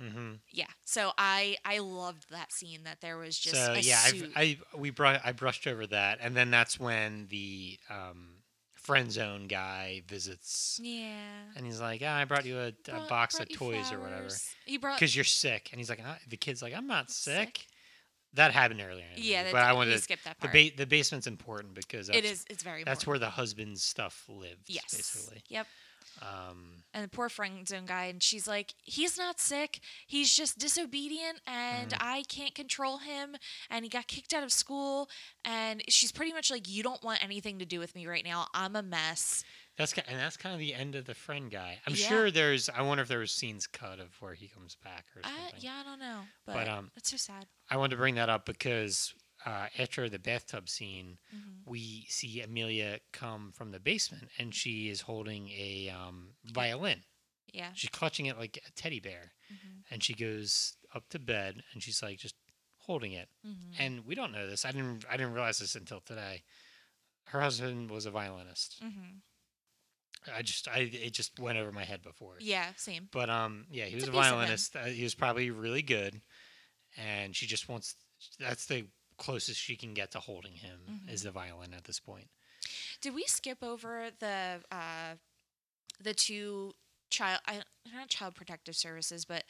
A: mm-hmm.
B: Yeah. So I I loved that scene that there was just
A: so
B: a
A: yeah
B: suit.
A: I've, i we brought i brushed over that and then that's when the um friend zone guy visits
B: yeah.
A: and he's like ah, i brought you a, a
B: Brought-
A: box
B: brought
A: of
B: you
A: toys or whatever
B: flowers. He brought
A: because you're sick. And he's like, "Huh?" the kid's like, I'm not sick.
B: sick.
A: That happened earlier. in the
B: Yeah,
A: movie,
B: that,
A: but I
B: we
A: wanted to,
B: skipped that
A: the
B: part.
A: ba- the basement's important because that's,
B: it is it's very
A: that's
B: important.
A: where the husband's stuff lives.
B: yes.
A: basically.
B: Yep.
A: Um,
B: and the poor friend zone guy and she's like he's not sick he's just disobedient and
A: Mm-hmm.
B: i can't control him and he got kicked out of school and she's pretty much like you don't want anything to do with me right now i'm a mess
A: that's ki- and that's kind of the end of the friend guy. I'm
B: Yeah.
A: sure there's. I wonder if there was scenes cut of where he comes back or
B: uh,
A: something.
B: yeah i don't know but,
A: But, um,
B: that's so sad
A: I wanted to bring that up because uh, after the bathtub scene,
B: Mm-hmm.
A: we see Amelia come from the basement and she is holding a um, violin.
B: yeah Mm-hmm.
A: She's clutching it like a teddy bear, and she goes up to bed and she's like just holding it.
B: Mm-hmm.
A: And we don't know this. I didn't. I didn't realize this until today. Her husband was a violinist.
B: hmm Mm.
A: I just. I. It just went over my head before.
B: yeah same
A: But um, yeah, he
B: It's
A: was
B: a
A: a
B: piece of him.
A: violinist. Uh, he was probably really good, and she just wants. That's the closest she can get to holding him
B: Mm-hmm.
A: is the violin at this point.
B: did we skip over the uh the two child I, not child protective services but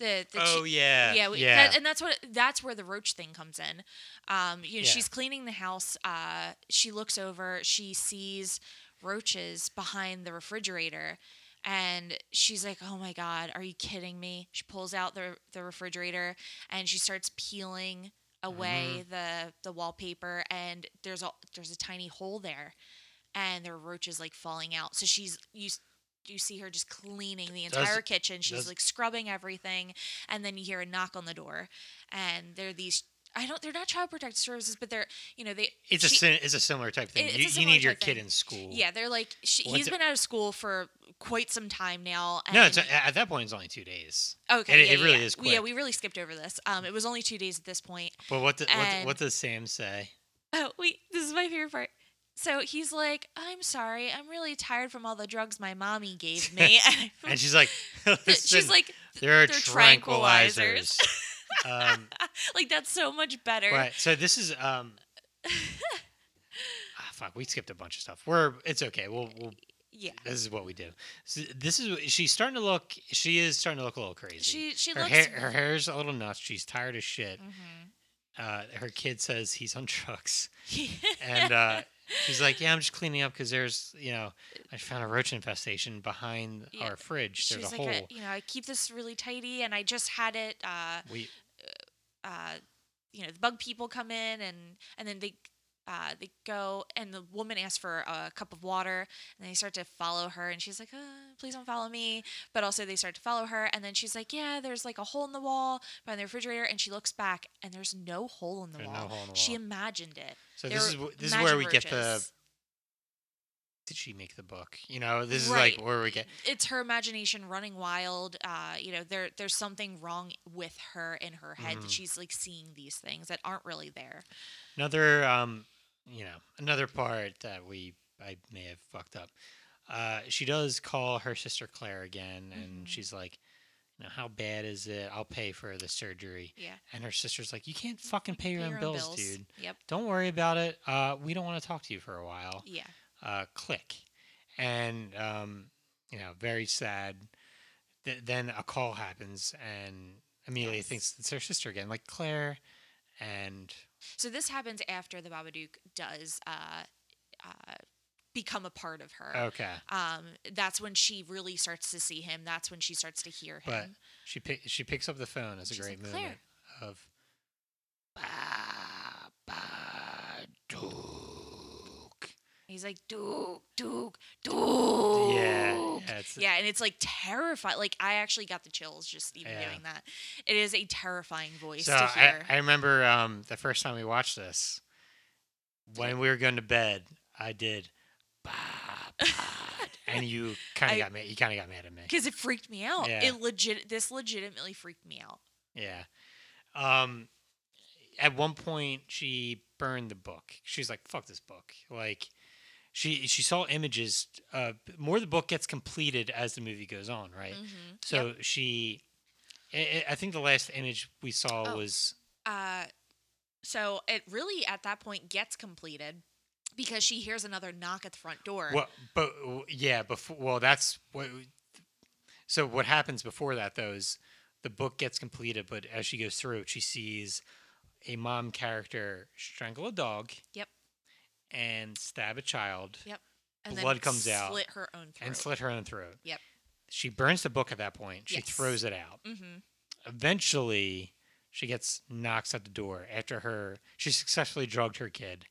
B: the the
A: Oh,
B: chi-
A: yeah,
B: Oh, yeah, we, uh,
A: yeah.
B: That, and that's what that's where the roach thing comes in. Um, you know,
A: Yeah.
B: she's cleaning the house. Uh, she looks over. She sees roaches behind the refrigerator, and she's like, "Oh my god, are you kidding me?" She pulls out the the refrigerator and she starts peeling
A: Mm-hmm.
B: away the the wallpaper, and there's a there's a tiny hole there, and there are roaches like falling out. So she's you. s- You see her just cleaning the
A: Does-
B: entire kitchen. She's
A: does-
B: like scrubbing everything and then you hear a knock on the door and there are these i don't they're not child protective services but they're you know they
A: it's a
B: she-
A: si- it's a similar type thing.
B: It-
A: you,
B: it's a
A: you need
B: similar
A: your
B: type
A: kid
B: thing.
A: in school.
B: yeah they're like she,
A: Well,
B: he's
A: it's a-
B: been out of school for quite some time now and
A: No, it's a, at that point it's only two days.
B: okay
A: it-
B: yeah,
A: it really
B: yeah.
A: is
B: yeah
A: quick.
B: we really skipped over this um it was only two days at this point
A: But what the, what,
B: And-
A: the, what does Sam say?
B: oh wait this is my favorite part so he's like i'm sorry i'm really tired from all the drugs my mommy gave me
A: And she's like,
B: she's
A: "Listen,
B: like
A: there are
B: "They're tranquilizers."
A: tranquilizers. um,
B: like that's so much better
A: Right. So this is um. ah, fuck. We skipped a bunch of stuff. We're it's okay. We'll, we'll
B: yeah
A: this is what we do. So this is she's starting to look. She is starting to look a little crazy.
B: she she
A: her
B: looks
A: hair her hair's a little nuts. She's tired as shit.
B: Mhm.
A: Uh, her kid says he's on drugs, and uh, she's like, "Yeah, I'm just cleaning up because there's you know I found a roach infestation behind
B: Yeah.
A: our fridge.
B: She's
A: There's a
B: like,
A: hole.
B: I, you know, I keep this really tidy, and I just had it. Uh,
A: we
B: uh, you know, the bug people come in, and and then they. Uh, they go and the woman asks for a cup of water and they start to follow her and she's like uh, please don't follow me but also they start to follow her and then she's like yeah there's like a hole in the wall behind the refrigerator and she looks back and there's no hole in the,
A: There's no
B: wall.
A: hole in the
B: she
A: wall.
B: imagined it
A: so
B: There
A: this is
B: were
A: wh- this is
B: magic
A: where we get the
B: roaches.
A: did she make the book? You know, this is
B: Right.
A: like where we get
B: it's her imagination running wild uh you know there there's something wrong with her in her head that
A: Mhm.
B: she's like seeing these things that aren't really there
A: Another, um, you know, another part that we I may have fucked up. Uh, she does call her sister Claire again, and
B: Mhm.
A: she's like, "You know, how bad is it? I'll pay for the surgery."
B: yeah
A: And her sister's like, "You can't fucking pay your,
B: Pay
A: own,
B: your own
A: bills, dude.
B: yep
A: Don't worry about it. Uh, we don't want to talk to you for a while.
B: yeah
A: Uh, click." And um, you know, very sad. Th- then a call happens, and Amelia
B: Yes.
A: thinks it's her sister again, like Claire, and
B: so this happens after the babadook does uh uh become a part of her
A: okay.
B: um that's when she really starts to see him that's when she starts to hear him
A: But she pick, she picks up the phone. It's a
B: She's
A: great
B: like,
A: movie
B: "Claire."
A: moment of. Babadook.
B: he's like duke duke duke
A: Yeah, yeah, it's,
B: yeah and it's like terrifying like i actually got the chills just even
A: Yeah.
B: doing that it is a terrifying voice
A: So
B: to
A: I,
B: hear
A: I remember um, the first time we watched this, when we were going to bed, I did, "Babad," and you kind
B: I-
A: of got mad. You kind of got mad at me.
B: because it freaked me out.
A: Yeah.
B: It legit this legitimately freaked me out.
A: Yeah. Um, at one point, she burned the book. She's like, "Fuck this book!" Like, she she saw images. Uh, more the book gets completed as the movie goes on, right?
B: Mhm.
A: So she, I, I- I think the last image we saw
B: Oh.
A: was
B: Uh, so it really at that point gets completed because she hears another knock at the front door.
A: well, but yeah, before. Well, that's what. So what happens before that though is the book gets completed, but as she goes through it, she sees a mom character strangle a dog.
B: Yep.
A: and stab a child.
B: Yep.
A: Blood comes
B: slit
A: out.
B: Slit her own throat.
A: and slit her own throat.
B: Yep.
A: She burns the book at that point. She
B: Yes.
A: throws it out.
B: mm-hmm.
A: Eventually, she gets knocks at the door after her. She successfully drugged her kid,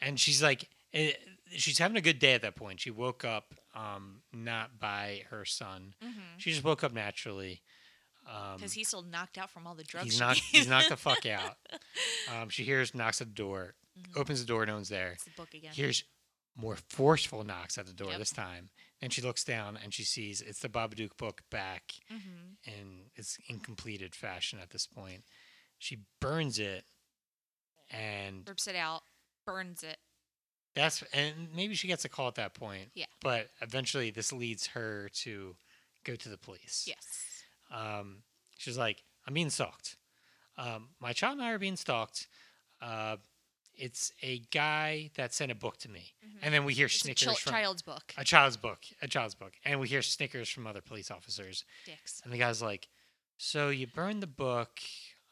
A: and she's like, eh, she's having a good day at that point. She woke up, um, not by her son.
B: Mm-hmm.
A: She just woke up naturally. Um,
B: Because he's still knocked out from all the drugs.
A: he's
B: she
A: knocked. He's
B: gave
A: knocked
B: him.
A: the fuck out. Um, she hears knocks at the door.
B: Mhm.
A: Opens the door. No one's there.
B: It's the book again.
A: Here's more forceful knocks at the door
B: Yep.
A: this time. And she looks down and she sees it's the Babadook book back
B: Mm-hmm.
A: in its incompleted fashion at this point. She burns it and
B: Rips it out, burns it.
A: that's and maybe she gets a call at that point.
B: Yeah.
A: But eventually this leads her to go to the police.
B: Yes.
A: Um, she's like, I'm being stalked. Um, my child and I are being stalked. Uh, it's a guy that sent a book to me. And then we hear
B: Mm-hmm. It's a
A: snickers
B: chil-
A: from
B: child's book.
A: a child's book, a child's book, and we hear snickers from other police officers.
B: Dicks.
A: And the guy's like, "So you burned the book,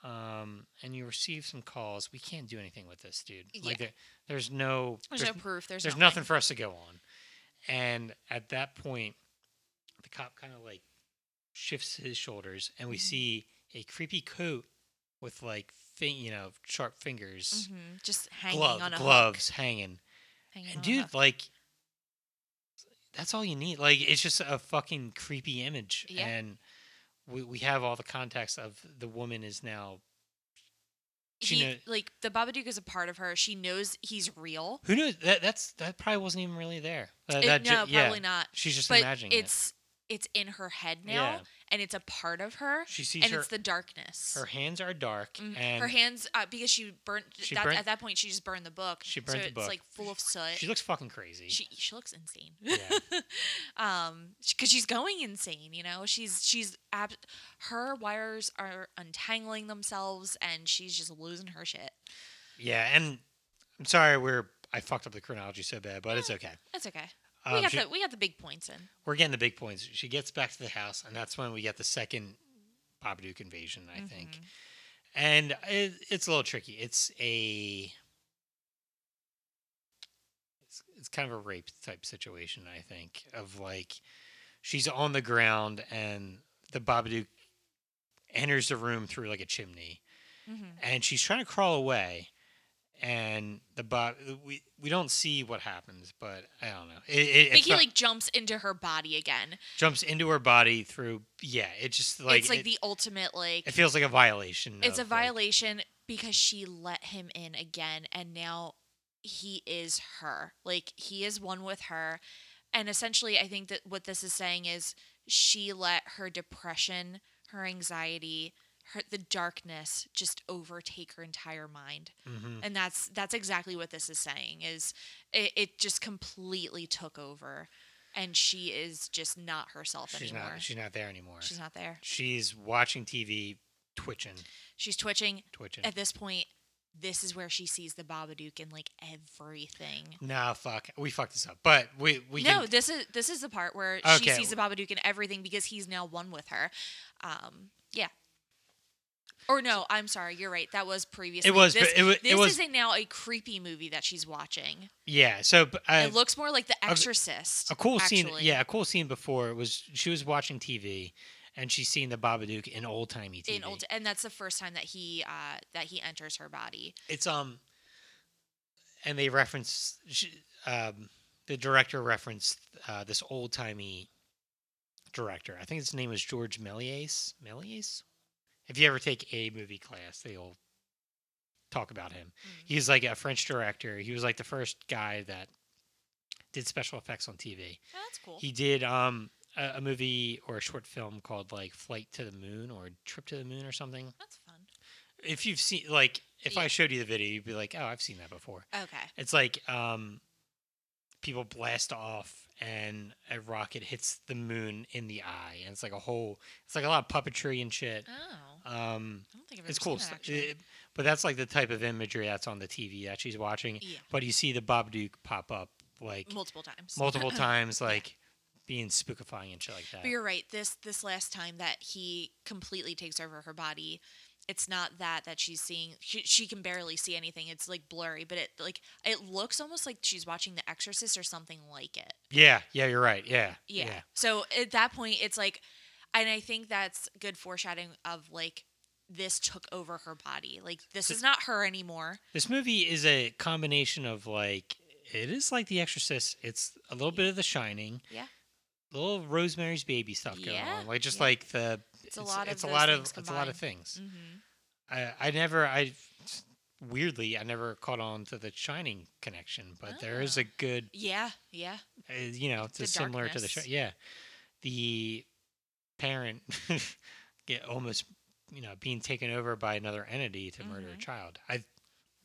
A: um, and you received some calls. We can't do anything with this, dude. Like,
B: Yeah.
A: there, there's no,
B: There's, no proof. There's,
A: there's nothing for us to go on." And at that point, the cop kind of like shifts his shoulders, and we
B: Mhm.
A: see a creepy coat with like, fin- you know, sharp fingers,
B: hmm Just hanging
A: glove-
B: on a hook.
A: gloves hanging.
B: Hanging
A: And
B: on a
A: dude,
B: hook.
A: like that's all you need. Like it's just a fucking creepy image.
B: Yeah.
A: And we we have all the context of the woman is now she
B: he,
A: kno-
B: like the Babadook is a part of her. She knows he's real.
A: who knows that that's that probably wasn't even really there. That,
B: It-
A: Uh, that ju-
B: no,
A: yeah.
B: probably not.
A: She's just
B: But
A: imagining it.
B: it's it's in her head now,
A: Yeah.
B: and it's a part of her,
A: She sees
B: and
A: her
B: it's the darkness.
A: her hands are dark
B: Mhm.
A: and
B: her hands, uh, because she burnt,
A: She
B: that,
A: burnt-
B: at that point, she just burned the book.
A: She
B: so
A: burnt the
B: it's
A: book.
B: like full of soot.
A: she looks fucking crazy.
B: she she looks insane.
A: Yeah.
B: um, because she's going insane. You know, she's she's ab- her wires are untangling themselves, and she's just losing her shit.
A: yeah, and I'm sorry we're I fucked up the chronology so bad, but it's okay.
B: That's okay. we
A: Um,
B: got
A: she-
B: the we got the big points in.
A: we're getting the big points. She gets back to the house, and that's when we get the second Babadook invasion, I think. And it, it's a little tricky. It's a it's, it's kind of a rape type situation, I think, of like she's on the ground and the Babadook enters the room through like a chimney,
B: Mm-hmm.
A: and she's trying to crawl away. And the bob we we don't see what happens, but I don't know. It, it,
B: Mickey
A: it's not-
B: like jumps into her body again.
A: jumps into her body through yeah it just like,
B: it's like
A: it,
B: the ultimate like
A: it feels like a violation
B: it's a
A: of, like-
B: violation because she let him in again and now he is her. Like he is one with her. And essentially I think that what this is saying is she let her depression, her anxiety, her the darkness just overtake her entire mind.
A: Mhm.
B: And that's that's exactly what this is saying is it, it just completely took over and she is just not herself
A: she's
B: anymore.
A: not she's not there anymore
B: She's not there.
A: she's watching tv twitching
B: She's twitching.
A: twitching
B: At this point, this is where she sees the Babadook and like everything.
A: nah fuck we fucked this up but we we
B: no,
A: can,
B: this is this is the part where
A: Okay.
B: she sees the Babadook and everything because he's now one with her. Um, yeah. Or no, I'm sorry, you're right. That was previously.
A: it was
B: This,
A: but it, wa-
B: this
A: it was
B: is a, now a creepy movie that she's watching.
A: yeah so but, uh,
B: it looks more like The
A: a-
B: Exorcist.
A: a cool scene
B: actually.
A: yeah a cool scene before was she was watching tv and she's seeing the Babadook in old timey TV.
B: In old, and that's the first time that he uh, that he enters her body.
A: it's um, and they reference she- um, the director referenced uh, this old timey director. I think his name was George Méliès. Méliès. If you ever take a movie class, they'll talk about him.
B: Mhm.
A: He's like a French director. He was like the first guy that did special effects on TV.
B: Oh, that's cool.
A: He did um a, a movie or a short film called like Flight to the Moon or Trip to the Moon or something.
B: that's fun.
A: If you've seen like if
B: Yeah.
A: I showed you the video, you'd be like, "Oh, I've seen that before."
B: Okay.
A: It's like um, people blast off and a rocket hits the moon in the eye, and it's like a whole. It's like a lot of puppetry and shit.
B: Oh,
A: Um,
B: I don't think I've ever
A: it's cool,
B: seen that,
A: stuff.
B: actually.
A: It- but that's like the type of imagery that's on the TV that she's watching.
B: Yeah.
A: But you see the Bob Duke pop up like
B: multiple times.
A: multiple times, like being spookifying and shit like that.
B: But you're right. This this last time that he completely takes over her body, it's not that that she's seeing she, she can barely see anything it's like blurry but it like it looks almost like she's watching the exorcist or something like it
A: Yeah, yeah, you're right. Yeah,
B: yeah. So at that point, it's like, and I think that's good foreshadowing of like this took over her body. Like this is not her anymore.
A: This movie is a combination of like it is like The Exorcist. It's a little bit of The Shining.
B: Yeah.
A: Little Rosemary's Baby stuff going
B: Yeah,
A: on, like just
B: yeah.
A: like the
B: It's a lot of
A: it's a
B: those
A: lot of
B: things
A: it's a lot of
B: combined.
A: things.
B: Mm-hmm.
A: I I never I weirdly I never caught on to the Shining connection, but there is
B: Ah.
A: a good
B: Yeah, yeah,
A: uh, you know it's
B: The
A: similar to the show.
B: darkness.
A: Yeah, the parent get almost you know being taken over by another entity to murder a
B: Mhm.
A: child. I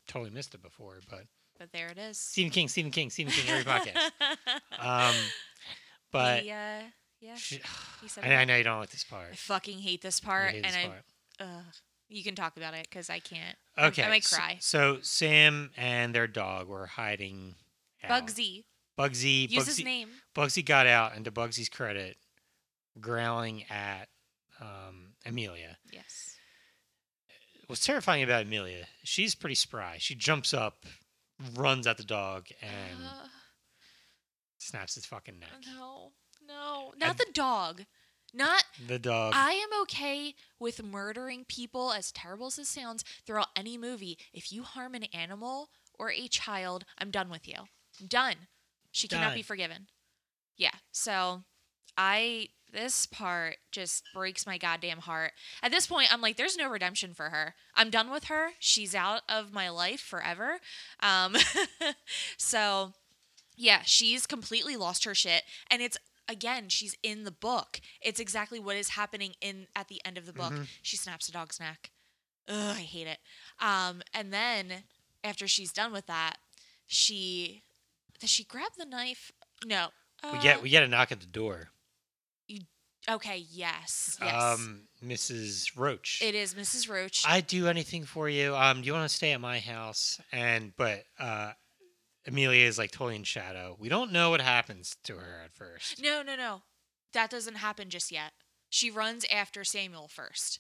A: totally missed it before, but
B: but there it is.
A: Stephen King, Stephen King, Stephen King, every podcast. Um, but
B: yeah, uh, yeah.
A: sh-
B: he said
A: I, I
B: it.
A: know you don't like this part.
B: I fucking hate this
A: You
B: part,
A: hate
B: and
A: this
B: I.
A: part.
B: Ugh, you can talk about it because I can't.
A: Okay.
B: I might
A: s-
B: cry.
A: So, Sam and their dog were hiding. out.
B: Bugsy,
A: Bugsy.
B: use
A: Bugsy,
B: his name.
A: Bugsy got out, and to Bugsy's credit, growling at um, Amelia.
B: Yes.
A: What's terrifying about Amelia? She's pretty spry. She jumps up, runs at the dog, and
B: Ugh,
A: snaps his fucking neck.
B: Uh, no, no, not
A: I'd-
B: the dog. Not
A: The dog.
B: I am okay with murdering people, as terrible as this sounds, throughout any movie. If you harm an animal or a child, I'm done with you. I'm done. She cannot be
A: Done.
B: forgiven. Yeah. So I this part just breaks my goddamn heart. At this point, I'm like, there's no redemption for her. I'm done with her. She's out of my life forever. Um, so yeah, she's completely lost her shit, and it's again, she's in the book. It's exactly what is happening in at the end of the book.
A: Mhm.
B: She snaps the dog's neck. Ugh, I hate it. Um, and then after she's done with that, she does she grab the knife? No.
A: we
B: Uh,
A: get we get a knock at the door.
B: Okay. Yes. Yes.
A: Um, Mrs. Roach.
B: it is Mrs. Roach.
A: I'd do anything for you. Um, do you want to stay at my house? And but uh, Amelia is like totally in shadow. We don't know what happens to her at first.
B: no, no, no. That doesn't happen just yet. She runs after Samuel first.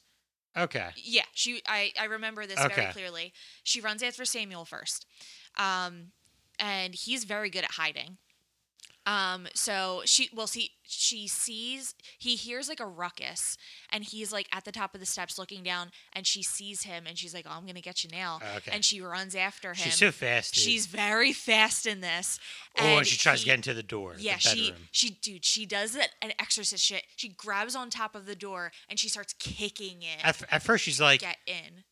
A: Okay.
B: Yeah, she. I I remember this
A: Okay.
B: very clearly. She runs after Samuel first, um, and he's very good at hiding. Um, so she well, see, she sees he hears like a ruckus, and he's like at the top of the steps looking down, and she sees him, and she's like, "Oh, I'm gonna get you now,"
A: Okay.
B: and she runs after him.
A: She's so fast. dude.
B: She's very fast in this.
A: oh, and she tries to
B: he-
A: get into the door.
B: yeah,
A: the
B: she
A: bedroom.
B: she dude, she does it an exorcist shit. She grabs on top of the door and she starts kicking it.
A: At, f- at first, she's like,
B: get in.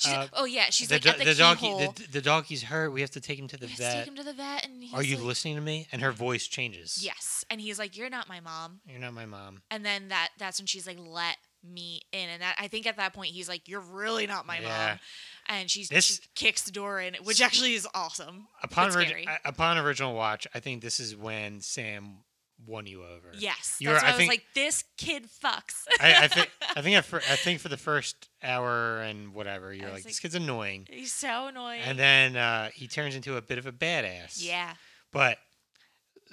B: She's
A: Uh,
B: oh yeah, she's
A: the,
B: like
A: do-
B: at the,
A: the donkey,
B: keyhole.
A: the, the donkey's hurt. We have to take him to the
B: You have to
A: vet.
B: take him to the vet, and he's
A: Are you
B: like,
A: listening to me? And her voice changes.
B: Yes, and he's like, "You're not my mom."
A: You're not my mom.
B: And then that that's when she's like, "Let me in," and that I think at that point he's like, "You're really not my
A: Yeah.
B: mom," and she's,
A: This-
B: she kicks the door in, which actually is awesome.
A: Upon
B: That's
A: orig-
B: scary.
A: uh, upon original watch, I think this is when Sam won you over.
B: Yes,
A: You
B: that's
A: are-
B: why
A: I
B: I, was
A: think-
B: like, "This kid fucks."
A: I, I think I think at fir- I think for the first hour and whatever, you're
B: was
A: like,
B: like-
A: this kid's annoying,
B: he's so annoying.
A: and then uh, he turns into a bit of a badass.
B: yeah,
A: but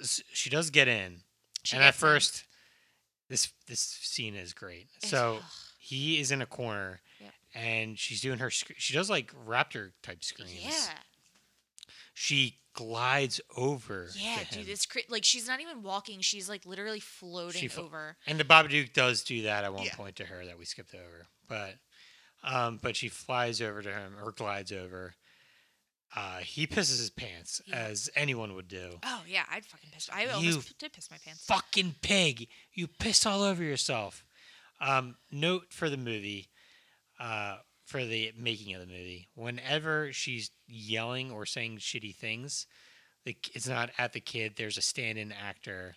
A: s- she does get in,
B: She
A: and at
B: gets in.
A: first, this this scene is great.
B: It's-
A: so
B: ugh.
A: he is in a corner,
B: Yep.
A: and she's doing her sc- she does like raptor type screams.
B: yeah,
A: she glides over.
B: yeah,
A: to him.
B: dude, it's cra- like she's not even walking; she's like literally floating
A: She flo-
B: over.
A: And the Babadook does do that at one
B: Yeah.
A: point to her that we skipped over, but um, but she flies over to him or glides over. Uh, he pisses his pants
B: Yeah.
A: as anyone would do.
B: Oh yeah, I'd fucking piss. I
A: You
B: almost p- did piss my pants.
A: Fucking pig! You pissed all over yourself. Um, note for the movie, uh, for the making of the movie. Whenever she's yelling or saying shitty things, the, k- it's not at the kid. There's a stand-in actor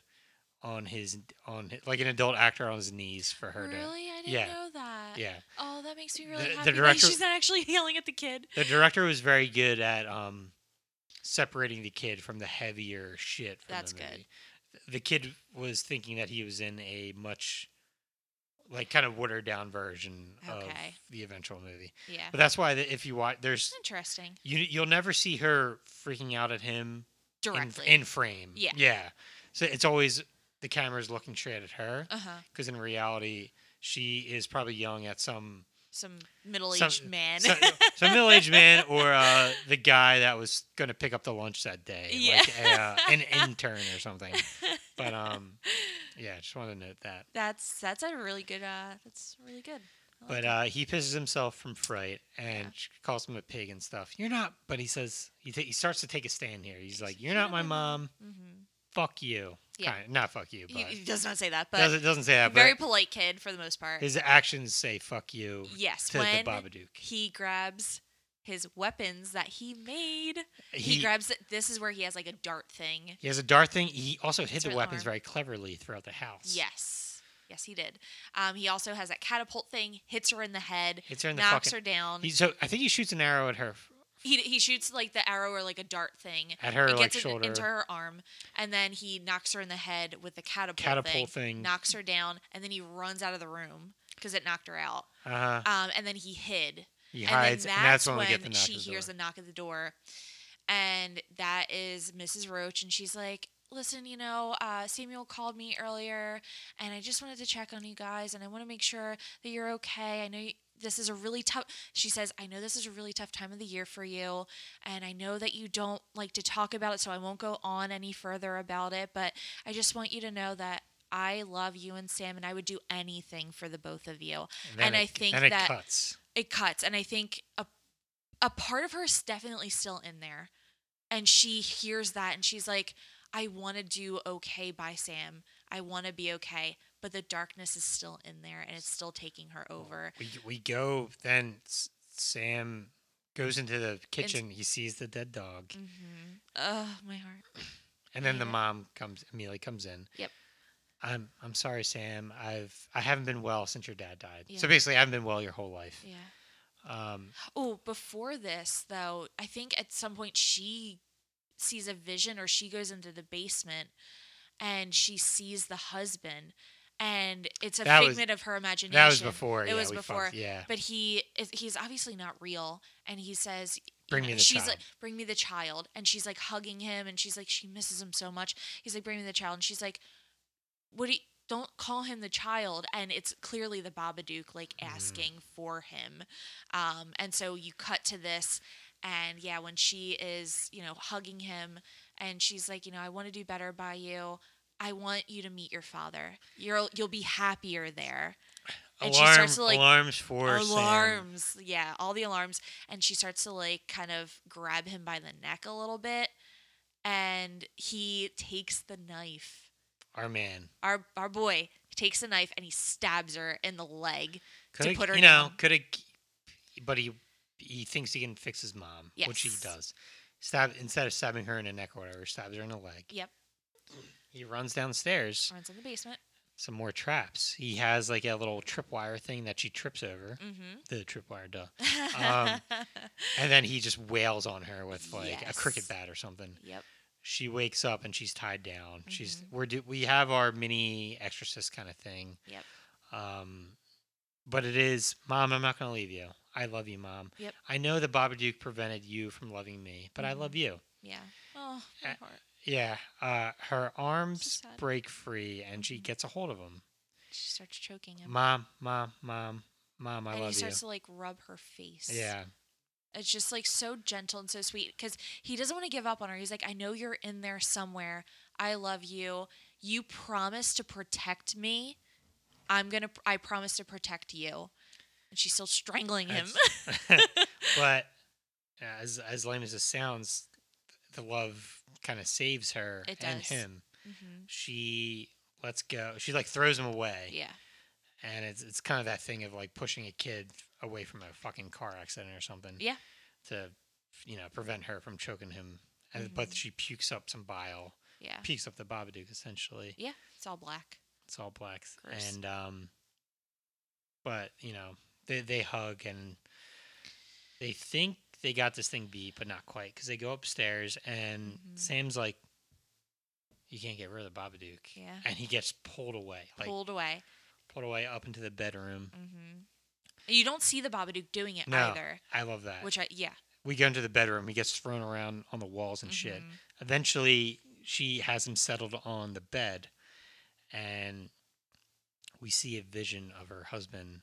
A: on his on his, like an adult actor on his knees for her to.
B: Really, I didn't
A: yeah.
B: know that.
A: Yeah.
B: Oh, that makes me really
A: The- the
B: happy. that
A: director-
B: she's not actually yelling at the kid.
A: The director was very good at um, separating the kid from the heavier shit. From
B: That's
A: the
B: good.
A: movie. The kid was thinking that he was in a much, like, kind of watered down version of
B: Okay.
A: the eventual movie.
B: Yeah.
A: But that's why the, if you watch, there's
B: Interesting.
A: you you'll never see her freaking out at him in,
B: Directly.
A: in frame.
B: Yeah.
A: Yeah. So it's always the camera's looking straight at her
B: uh huh.
A: because in reality she is probably yelling at some
B: some middle-aged man.
A: so, so middle-aged man or uh, the guy that was going to pick up the lunch that day,
B: Yeah.
A: like uh, an intern or something. But um, yeah, just wanted to note that.
B: that's that's a really good. Uh, that's really good. I like
A: But
B: it.
A: uh, he pisses himself from fright and
B: Yeah.
A: she calls him a pig and stuff. You're not, but he says he, ta he starts to take a stand here. He's like, "You're not my mom.
B: Mhm.
A: Fuck you."
B: Yeah.
A: Kinda- not fuck you,
B: he,
A: but,
B: he does not say that, but
A: doesn't doesn't say that.
B: very
A: but
B: polite kid for the most part.
A: his actions say "fuck you"
B: yes,
A: to
B: when
A: the Babadook.
B: he grabs his weapons that he made, he,
A: He,
B: grabs. This is where he has like a dart thing.
A: he has a dart thing. He also hid
B: It's
A: the
B: really
A: weapons
B: arm.
A: very cleverly throughout the house.
B: Yes, yes, he did. Um, he also has that catapult thing. Hits her in the head.
A: Hits her in the
B: knocks
A: fucking.
B: her down.
A: He, so I think he shoots an arrow at her,
B: He, he shoots like the arrow or like a dart thing.
A: at her
B: It
A: like
B: gets in-
A: shoulder
B: into her arm, and then he knocks her in the head with the catapult, thing,
A: catapult thing.
B: knocks her down, and then he runs out of the room because it knocked her out.
A: uh-huh.
B: Um, and then he hid.
A: He
B: and
A: hides,
B: then
A: and that's when, we get the knock.
B: she
A: at the
B: hears
A: door.
B: a knock at the door, and that is Mrs. Roach, and she's like. Listen, you know, uh, Samuel called me earlier, and I just wanted to check on you guys, and I want to make sure that you're okay. I know you, this is a really tough. She says, I know this is a really tough time of the year for you, and I know that you don't like to talk about it, so I won't go on any further about it. But I just want you to know that I love you and Sam, and I would do anything for the both of you
A: then
B: and
A: it-
B: I think
A: then it
B: that-
A: cuts.
B: it cuts and i think a, a part of her is definitely still in there and she hears that and she's like i want to do okay by sam i want to be okay but the darkness is still in there and it's still taking her over
A: We we go then. S- Sam goes into the kitchen. He sees the dead dog,
B: mm-hmm. oh my heart
A: and then the
B: Yeah.
A: mom comes. Amelia comes in.
B: Mm-hmm. Yep.
A: I'm I'm sorry, Sam. I've I haven't been well since your dad died. So
B: Yeah.
A: basically, I haven't been well your whole life.
B: yeah
A: Um,
B: oh before this though i think at some point she sees a vision or she goes into the basement and she sees the husband and it's a
A: That was-
B: figment of her imagination
A: that was before.
B: It
A: yeah,
B: was
A: we
B: before.
A: Fucked, yeah.
B: but he is he's obviously not real and he says you
A: Bring
B: know,
A: me the
B: she's
A: child.
B: like bring me the child and she's like hugging him and she's like she misses him so much he's like bring me the child and she's like what do you don't call him the child and it's clearly the babadook like
A: Mhm.
B: asking for him um and so you cut to this and yeah when she is you know hugging him and she's like you know i want to do better by you i want you to meet your father you'll you'll be happier there and she
A: Alarm,
B: starts to, like,
A: alarms for Sam.
B: alarms yeah all the alarms and she starts to like kind of grab him by the neck a little bit and he takes the knife
A: Our man.
B: our our boy takes the knife and he stabs her in the leg
A: Could
B: put her
A: you know,
B: down.
A: could have, but he he thinks he can fix his mom, which he
B: Yes.
A: does. Stab instead of stabbing her in the neck or whatever, stabs her in the leg.
B: Yep.
A: He runs downstairs.
B: runs in the basement
A: Some more traps. He has like a little tripwire thing that she trips over.
B: mm-hmm
A: The tripwire, duh. Um, And then he just wails on her with like a cricket
B: Yes.
A: bat or something.
B: yep
A: She wakes up and she's tied down. She's
B: Mm-hmm.
A: we're do, we have our mini exorcist kind of thing.
B: Yep.
A: Um, but it is, Mom, I'm not going to leave you. I love you, Mom.
B: Yep.
A: I know the Babadook prevented you from loving me, but I love
B: Mm-hmm.
A: you.
B: yeah oh my heart
A: Yeah. Uh, her arms
B: sad. Mm-hmm.
A: break free and she gets a hold of him.
B: she starts choking him
A: Mom, Mom, Mom, Mom, I
B: and he
A: love you.
B: starts to like rub her face
A: Yeah.
B: It's just like so gentle and so sweet because he doesn't want to give up on her. He's like, I know you're in there somewhere. I love you. You promised to protect me. I'm going to, I promise to protect you. And she's still strangling him.
A: That's- but as as lame as it sounds, the love kind of saves her
B: It
A: and
B: does.
A: him. Mm-hmm.
B: hmm
A: She lets go. She like throws him away,
B: Yeah.
A: and it's it's kind of that thing of like pushing a kid away from a fucking car accident or something.
B: Yeah.
A: To you know prevent her from choking him, and
B: Mm-hmm.
A: but she pukes up some bile,
B: Yeah.
A: pukes up the Babadook essentially.
B: Ah. Yeah. It's all black.
A: It's all blacks,
B: Gross.
A: and um, but you know they they hug and they think they got this thing beat, but not quite because they go upstairs and
B: Mhm.
A: Sam's like, "You can't get rid of the Babadook,"
B: Yeah.
A: and he gets pulled away, like pulled,
B: Pulled away.
A: away up into the bedroom.
B: hmm You don't see the Babadook doing it
A: No.
B: either,
A: I love that.
B: which I, yeah.
A: we go into the bedroom. He gets thrown around on the walls and shit.
B: Mhm.
A: Eventually, she has him settled on the bed, and we see a vision of her husband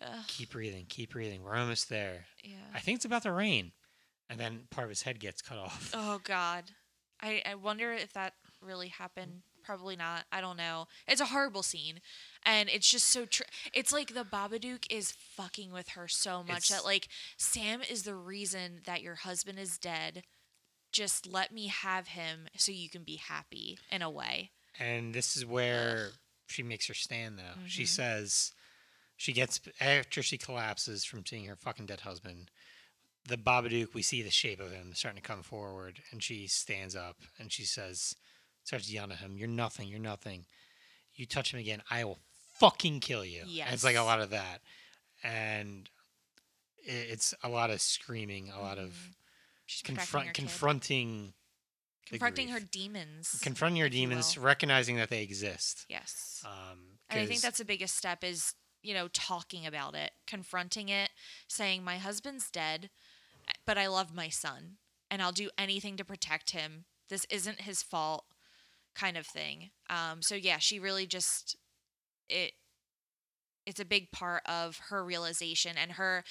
B: Mm-hmm. Ugh,
A: Keep breathing, keep breathing. We're almost there. I
B: yeah.
A: think it's about to rain. And then part of his head gets cut off.
B: Oh God. I I wonder if that really happened. Probably not. I don't know. It's a horrible scene, and it's just so true. It's like the Babadook is fucking with her so much
A: It's-
B: that like Sam is the reason that your husband is dead. Just let me have him so you can be happy in a way.
A: And this is where she makes her stand, though. She
B: Mhm.
A: says, she gets, after she collapses from seeing her fucking dead husband, the Babadook, we see the shape of him starting to come forward. And she stands up and she says, starts yelling at him, You're nothing, you're nothing. You touch him again, I will fucking kill you. And it's like a
B: Yes.
A: lot of that. And i- it's a lot of screaming, a lot of
B: She's protecting her
A: confront,
B: Mm-hmm. kid.
A: confronting, the
B: confronting her
A: grief.
B: demons.
A: confronting your
B: if you
A: demons,
B: will.
A: recognizing that they exist.
B: yes.
A: Um,
B: And I think
A: 'cause-
B: that's the biggest step is, you know, talking about it, confronting it, saying, My husband's dead, but I love my son and I'll do anything to protect him. This isn't his fault, kind of thing. Um, so yeah, she really just it it's a big part of her realization and her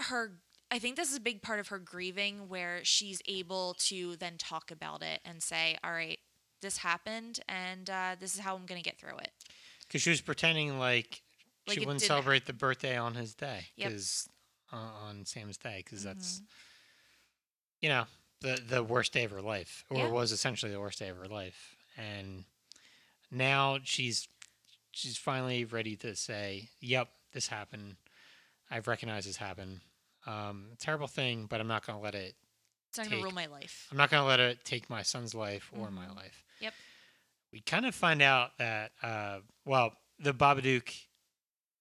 B: her I think this is a big part of her grieving where she's able to then talk about it and say, All right, this happened and uh, this is how I'm gonna get through it.
A: Because she was pretending like,
B: Like
A: she
B: it
A: wouldn't
B: didn't
A: celebrate the birthday on his day.
B: Yep. Mm-hmm.
A: Because on Sam's day, because that's, you know, the, the worst day of her life, or
B: Yeah.
A: was essentially the worst day of her life. And now she's she's finally ready to say, yep, this happened. I've recognized this happened. Um, terrible thing, but I'm not going to let it
B: It's not going
A: take-
B: to rule my life.
A: I'm not going to let it take my son's life or my
B: Mhm.
A: life.
B: Yep.
A: We kind of find out that, uh, well, the Babadook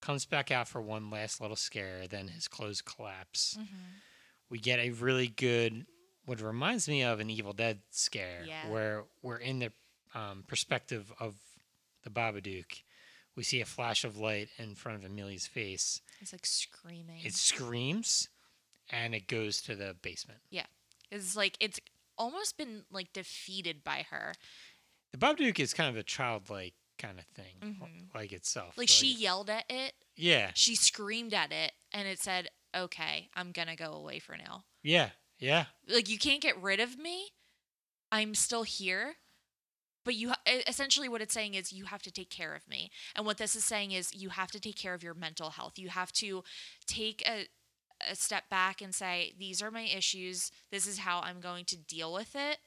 A: comes back out for one last little scare, then his clothes collapse.
B: Mm. Mm-hmm.
A: We get a really good, what reminds me of an Evil Dead scare,
B: Yeah.
A: where we're in the um, perspective of the Babadook. We see a flash of light in front of Amelia's face.
B: It's like screaming.
A: It
B: It's,
A: screams and it goes to the basement.
B: like it's almost been like defeated by her.
A: The Babadook is kind of a childlike kind of thing,
B: Mhm.
A: like itself.
B: Like she yelled at it,
A: yeah,
B: she screamed at it, and it said, "Okay, I'm gonna go away for now.
A: yeah, yeah.
B: Like you can't get rid of me. I'm still here." But you ha- e- essentially what it's saying is you have to take care of me. And what this is saying is you have to take care of your mental health. You have to take a a step back and say, these are my issues. This is how I'm going to deal with it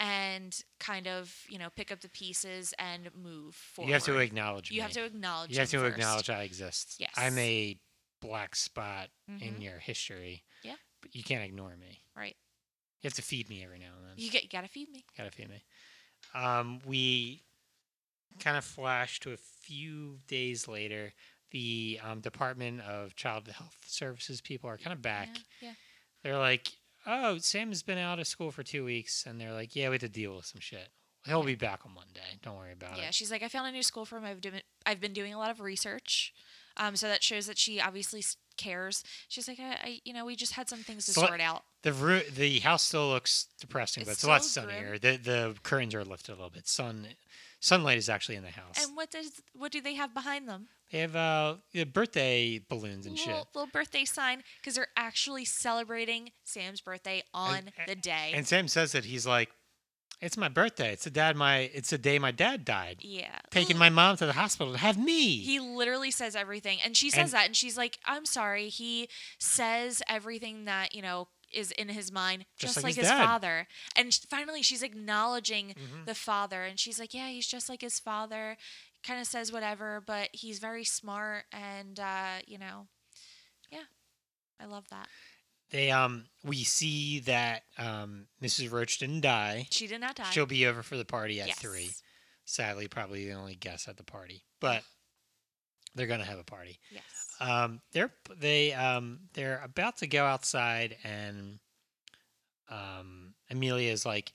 B: and kind of, you know, pick up the pieces and move forward.
A: You have to acknowledge.
B: You have
A: me.
B: to acknowledge.
A: You have
B: them
A: to
B: first.
A: acknowledge I exist.
B: Yes.
A: I'm a black spot in
B: Mhm.
A: your history.
B: Yeah.
A: But you can't ignore me.
B: Right.
A: You have to feed me every now and then.
B: You get you gotta feed me.
A: Gotta feed me. Um, we kind of flash to a few days later. The um, Department of Child Health Services people are kind of back.
B: Yeah. yeah.
A: they're like, "Oh, Sam has been out of school for two weeks," and they're like, "Yeah, we had to deal with some shit. He'll be back on Monday. Don't worry about
B: Yeah,
A: it."
B: she's like, I found a new school for him. I've, doing, I've been doing a lot of research, um, so that shows that she obviously s- cares. She's like, I, I you know, we just had some things to
A: So let-
B: sort out.
A: The roo the house still looks depressing, but
B: It's
A: it's a lot
B: still
A: sunnier. The the curtains are lifted a little bit. Sun sunlight is actually in the house.
B: And what does what do they have behind them?
A: they have uh yeah, birthday balloons and shit.
B: Little, little birthday sign because they're actually celebrating Sam's birthday on
A: and-
B: the day.
A: And Sam says that he's like, "It's my birthday. It's the dad my it's the day my dad died.
B: yeah,
A: Taking
B: Ugh.
A: my mom to the hospital to have me."
B: He literally says everything. And she says
A: And-
B: that and she's like, I'm sorry. He says everything that, you know, is in his mind, just, like, his,
A: dad.
B: father. And sh- finally, she's acknowledging
A: Mhm.
B: the father. And she's like, Yeah, he's just like his father. Kind of says whatever, but he's very smart. And, uh, you know, yeah, I love that.
A: they um we see that um Mrs. Roach didn't die.
B: She did not die.
A: She'll be over for the party at
B: Yes.
A: three. Sadly, probably the only guest at the party, but they're gonna have a party.
B: Yes.
A: Um, they're they um they're about to go outside, and um Amelia is like,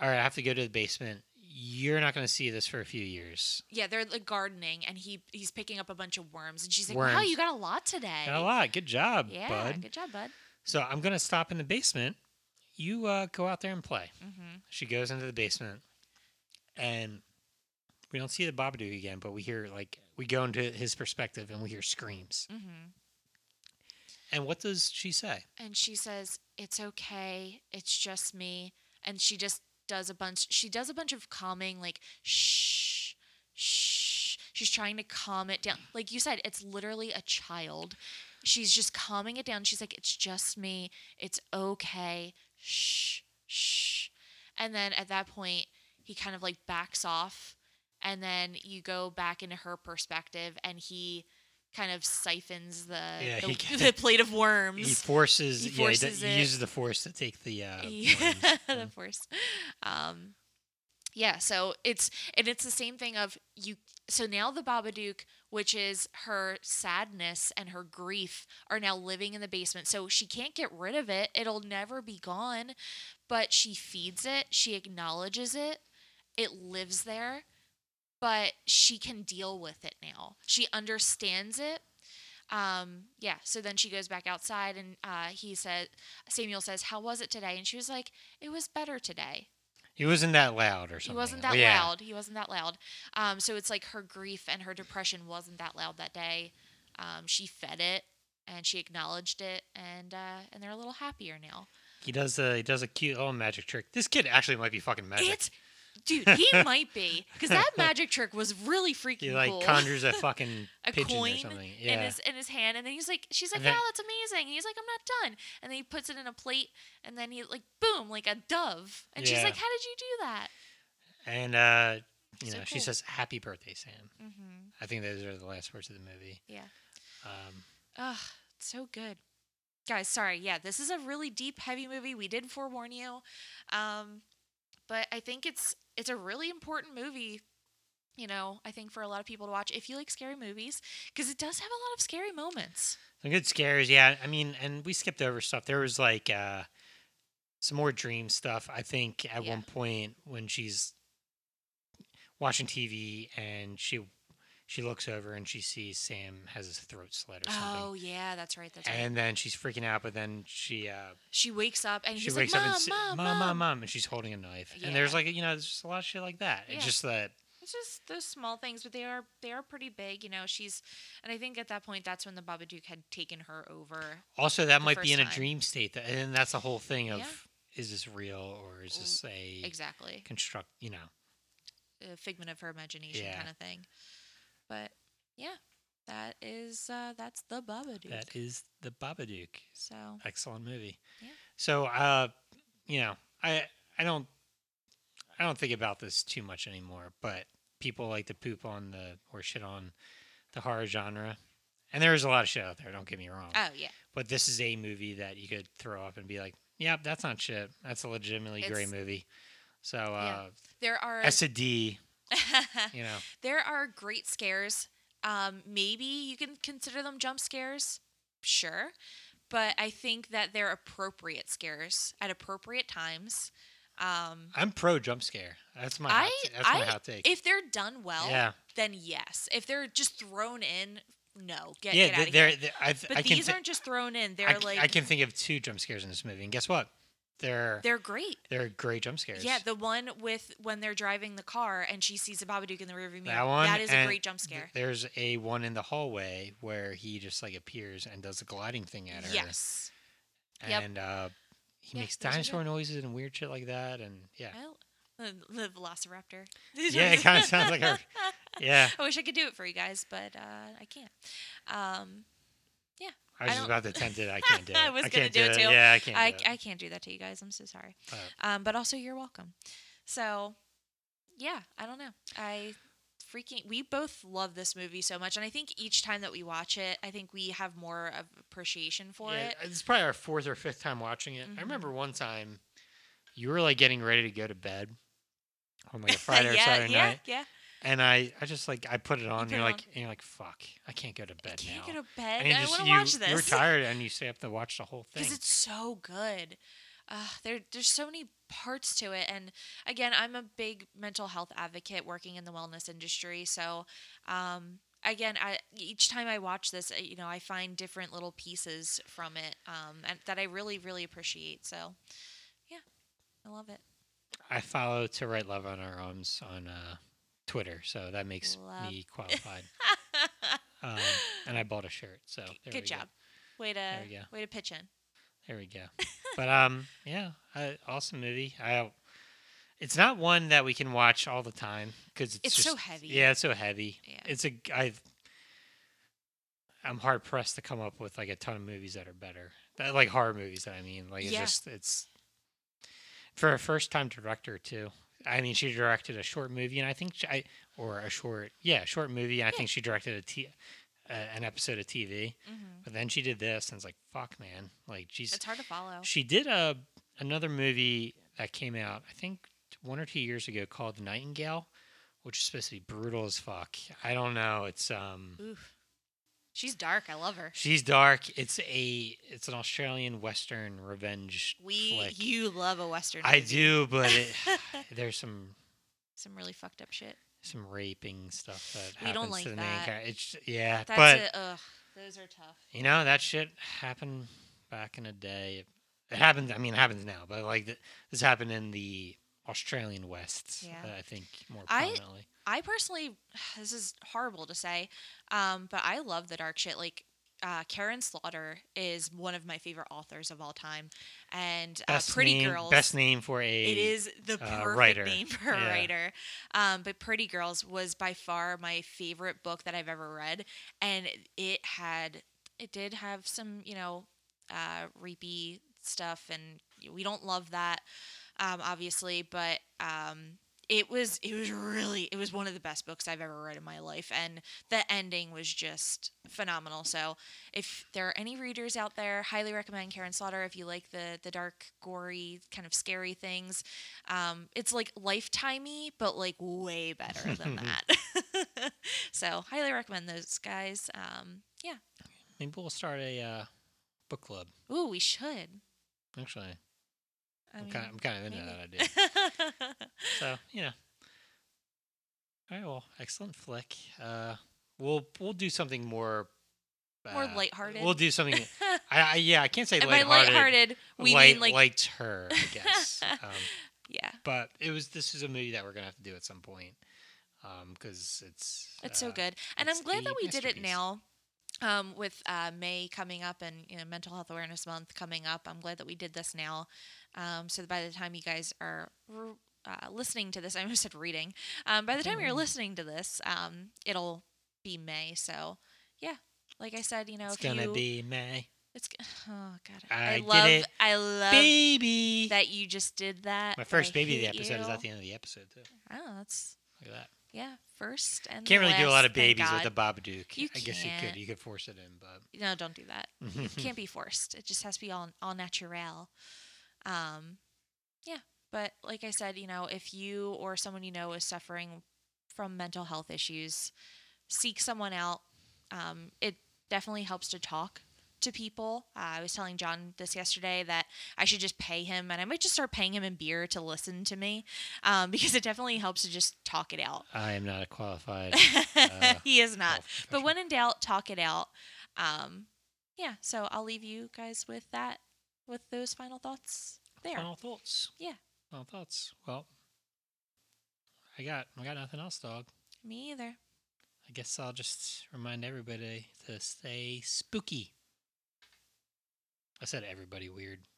A: "All right, I have to go to the basement. You're not gonna see this for a few years.
B: Yeah, they're like gardening and he he's picking up a bunch of worms. And she's like, Wow,
A: Worms.
B: you got a lot today.
A: Got a lot. Good job,
B: yeah,
A: bud.
B: good job, bud.
A: So I'm gonna stop in the basement. You uh, go out there and play."
B: Mm-hmm.
A: She goes into the basement, and We don't see the Babadook again, but we hear like we go into his perspective and we hear screams.
B: hmm
A: And what does she say?
B: And she says, "It's okay. It's just me." And she just does a bunch. She does a bunch of calming, like shh, shh. She's trying to calm it down. Like you said, it's literally a child. She's just calming it down. She's like, "It's just me. It's okay. Shh, shh." And then at that point, he kind of like backs off, and then you go back into her perspective, and he kind of siphons the
A: Yeah,
B: the,
A: he can-
B: the plate of worms.
A: He forces,
B: Um, He
A: yeah,
B: forces
A: he, d-
B: it.
A: he uses the force to take the uh,
B: yeah,
A: worms.
B: the force. Um, yeah, so it's and it's the same thing of you. So now the Babadook, which is her sadness and her grief, are now living in the basement. So she can't get rid of it; it'll never be gone. But she feeds it. She acknowledges it. It lives there, but she can deal with it now. She understands it. Um, yeah. So then she goes back outside, and uh, he says, Samuel says, "How was it today?" And she was like, "It was better today."
A: He wasn't that loud or
B: He
A: something. Oh,
B: wasn't that
A: Yeah.
B: loud. He wasn't that loud. Um, so it's like her grief and her depression wasn't that loud that day. Um, she fed it and she acknowledged it, and uh, and they're a little happier now.
A: He does a he does a cute little magic trick. This kid actually might be fucking magic.
B: It's dude, he might be because that magic trick was really freaking
A: he like
B: cool.
A: conjures a fucking
B: a
A: pigeon
B: coin
A: or something.
B: in
A: Yeah.
B: his in his hand, and then he's like, she's like,
A: And then-
B: "Wow, that's amazing." And he's like, "I'm not done," and then he puts it in a plate, and then he like, boom, like a dove, and she's
A: Yeah.
B: like, "How did you do that?"
A: and uh, you
B: So
A: know, she
B: cool.
A: says, "Happy birthday, Sam."
B: Mm-hmm.
A: I think those are the last words of the movie.
B: Yeah.
A: Um,
B: Ugh, it's so good. Guys, sorry. Yeah, this is a really deep, heavy movie. We did forewarn you. Um, but I think it's it's a really important movie, you know, I think for a lot of people to watch if you like scary movies because it does have a lot of scary moments.
A: some good scares. Yeah. I mean, and we skipped over stuff. There was like uh, some more dream stuff. I think at
B: Yeah.
A: one point when she's watching TV and she she looks over and she sees Sam has his throat slit or something.
B: Oh, yeah, that's right. That's right.
A: and then she's freaking out, but then she uh,
B: She wakes up and
A: she
B: he's
A: wakes
B: like,
A: up
B: mom,
A: and s-
B: mom,
A: mom, mom, mom," and she's holding a knife. And there's
B: Yeah.
A: like you know, there's just a lot of shit like that. It's
B: Yeah.
A: just that
B: It's just those small things, but they are they are pretty big, you know. She's, and I think at that point, that's when the Babadook had taken her over.
A: also that
B: The
A: might be
B: first
A: in a
B: time.
A: dream state, that, and that's the whole thing of
B: Yeah. Mm,
A: is this real or is this a
B: Exactly.
A: construct? You know,
B: a figment of her imagination
A: Yeah.
B: kind of thing. But yeah, that is uh, that's the Babadook.
A: that is the Babadook.
B: so
A: Excellent movie.
B: Yeah.
A: So, uh, you know, I I don't I don't think about this too much anymore, but people like to poop on the or shit on the horror genre. And there is a lot of shit out there, don't get me wrong.
B: oh yeah,
A: but this is a movie that you could throw up and be like, "Yep, that's not shit. That's a legitimately great
B: It's-
A: movie." So uh,
B: there are
A: S a D, you know,
B: there are great scares. Um, maybe you can consider them jump scares, sure, but I think that they're appropriate scares at appropriate times. Um,
A: I'm pro jump scare. That's my hot,
B: I-
A: t- that's my
B: I-
A: hot take.
B: if they're done well,
A: yeah,
B: then yes. If they're just thrown in, no, get
A: yeah.
B: get
A: th-
B: out of
A: there,
B: here.
A: there- I, th-
B: But
A: I can
B: these
A: thi-
B: aren't just thrown in; they're
A: I, c-
B: like
A: I can think of two jump scares in this movie, and guess what? They're
B: they're great.
A: they're great jump scares.
B: Yeah, the one with when they're driving the car and she sees the Babadook in the rearview mirror.
A: that one.
B: that is a
A: and
B: great jump
A: th-
B: scare.
A: there's a one in the hallway where he just like appears and does a gliding thing at her.
B: Yes. yep.
A: And uh, he
B: Yeah,
A: makes
B: those are good.
A: dinosaur noises and weird shit like that, and yeah.
B: Well, the, the Velociraptor.
A: Yeah, it kinda sounds like her. Yeah,
B: I wish I could do it for you guys, but uh, I can't. Um,
A: I was
B: I
A: just
B: don't-
A: about to attempt it. I can't do it.
B: I was gonna
A: can't
B: do it too.
A: Yeah, I can't.
B: I,
A: do
B: I
A: it.
B: can't do that to you guys. I'm so sorry.
A: Oh.
B: Um, but also, you're welcome. So, yeah, I don't know. I freaking we both love this movie so much, and I think each time that we watch it, I think we have more of appreciation for
A: Yeah,
B: it.
A: It's probably our fourth or fifth time watching it.
B: Mhm.
A: I remember one time you were like getting ready to go to bed on like a Friday or
B: yeah,
A: Saturday
B: yeah,
A: night,
B: yeah.
A: and I, I just like I put it on. and
B: put
A: you're
B: it
A: like, and you're like, fuck, I can't go to bed
B: I can't
A: now.
B: go to bed.
A: you
B: I
A: just-
B: want to
A: you-
B: watch
A: You were
B: this
A: tired, and you stay up to watch the whole thing.
B: because it's so good. Uh, there, there's so many parts to it, and again, I'm a big mental health advocate working in the wellness industry. So, um, again, I, each time I watch this, uh, you know, I find different little pieces from it um, and that I really, really appreciate. So, yeah, I love it.
A: I follow to right love on our arms on uh, Twitter, so that makes
B: Love-
A: me qualified. um, and I bought a shirt, so there
B: Good
A: we go.
B: job. Way to
A: we go.
B: way to pitch in.
A: There we go. But um, yeah, I, awesome movie. I it's not one that we can watch all the time because it's
B: It's so
A: just-
B: heavy.
A: Yeah, it's so heavy.
B: Yeah.
A: It's a I. I'm hard pressed to come up with like a ton of movies that are better. That, like horror movies that I mean. Like it's
B: Yeah.
A: just it's for a first time director too. I mean, she directed a short movie, and I think she, I or a short yeah, a short movie. And I
B: Yeah.
A: think she directed a t- uh, an episode of TV.
B: hmm
A: But then she did this, and it's like fuck, man. Like she's
B: It's hard to follow.
A: she did a another movie that came out, I think one or two years ago, called The Nightingale, which is supposed to be brutal as fuck. I don't know. It's um,
B: Oof. She's dark. I love her.
A: she's dark. It's a it's an Australian Western revenge
B: We
A: flick.
B: you love a western.
A: I
B: movie.
A: do, but it, there's some
B: Some really fucked up shit.
A: some raping stuff that
B: We
A: happens
B: don't
A: to
B: like
A: the main
B: that.
A: character. It's yeah,
B: That's
A: but
B: a, ugh. Those are tough.
A: you know that shit happened back in the day. It happens. I mean, it happens now, but like th- this happened in the Australian West.
B: Yeah.
A: uh, I think more
B: I-
A: prominently.
B: I personally, this is horrible to say, um, but I love the dark shit. Like uh, Karen Slaughter is one of my favorite authors of all time, and uh,
A: best
B: Pretty
A: name,
B: Girls.
A: Best name for a.
B: it is the
A: uh,
B: perfect
A: writer.
B: name for a
A: Yeah.
B: writer. Um, but Pretty Girls was by far my favorite book that I've ever read, and it had it did have some you know uh, rapey stuff, and we don't love that um, obviously, but um, it was it was really it was one of the best books I've ever read in my life, and the ending was just phenomenal. So, if there are any readers out there, highly recommend Karen Slaughter if you like the the dark, gory, kind of scary things. Um, it's like lifetimey, but like way better than that. so, highly recommend those guys. Um, yeah.
A: Maybe we'll start a uh, book club.
B: Ooh, we should.
A: Actually,
B: I
A: I'm
B: mean,
A: kind of I'm kind of into
B: maybe.
A: that idea. so you know. All right. Well, excellent flick. Uh, we'll we'll do something more.
B: More
A: uh,
B: lighthearted?
A: We'll do something. I, I yeah. I can't say
B: and by
A: lighthearted.
B: lighthearted, we
A: light,
B: mean like
A: lights her, I guess. um,
B: yeah.
A: but it was this is a movie that we're gonna have to do at some point because it's
B: It's
A: uh,
B: so good, and
A: it's
B: I'm glad
A: a
B: that we did it
A: masterpiece.
B: now. Um, with uh, May coming up and you know, Mental Health Awareness Month coming up, I'm glad that we did this now. Um, so that by the time you guys are r- uh, listening to this, I almost said reading. Um, by the time you're
A: Mhm.
B: listening to this, um, it'll be May. So yeah, like I said, you know,
A: It's
B: if
A: gonna
B: you,
A: be May,
B: it's g- oh god,
A: I
B: I,
A: did
B: love
A: it.
B: I love
A: baby.
B: that you just did that.
A: My first
B: I
A: baby of the
B: hate
A: episode is
B: you.
A: at the end of the episode too.
B: Oh, that's
A: Look at that.
B: yeah, first and
A: Can't really do a lot of
B: last, thank
A: babies with
B: God.
A: the Babadook.
B: You
A: I guess you
B: can't.
A: could. You could force it in, but
B: No, don't do that. It
A: Hmm.
B: can't be forced. It just has to be all all natural. Um, yeah. But like I said, you know, if you or someone you know is suffering from mental health issues, seek someone out. Um, it definitely helps to talk to people. Uh, I was telling John this yesterday that I should just pay him, and I might just start paying him in beer to listen to me, um, because it definitely helps to just talk it out.
A: I am not a qualified. Uh,
B: he is not.
A: health
B: But
A: professional.
B: when in doubt, talk it out. Um, yeah, so I'll leave you guys with that, with those final thoughts there.
A: Final thoughts.
B: Yeah.
A: Final thoughts. Well, I got I got nothing else, dog.
B: Me either.
A: I guess I'll just remind everybody to stay spooky. I said everybody weird.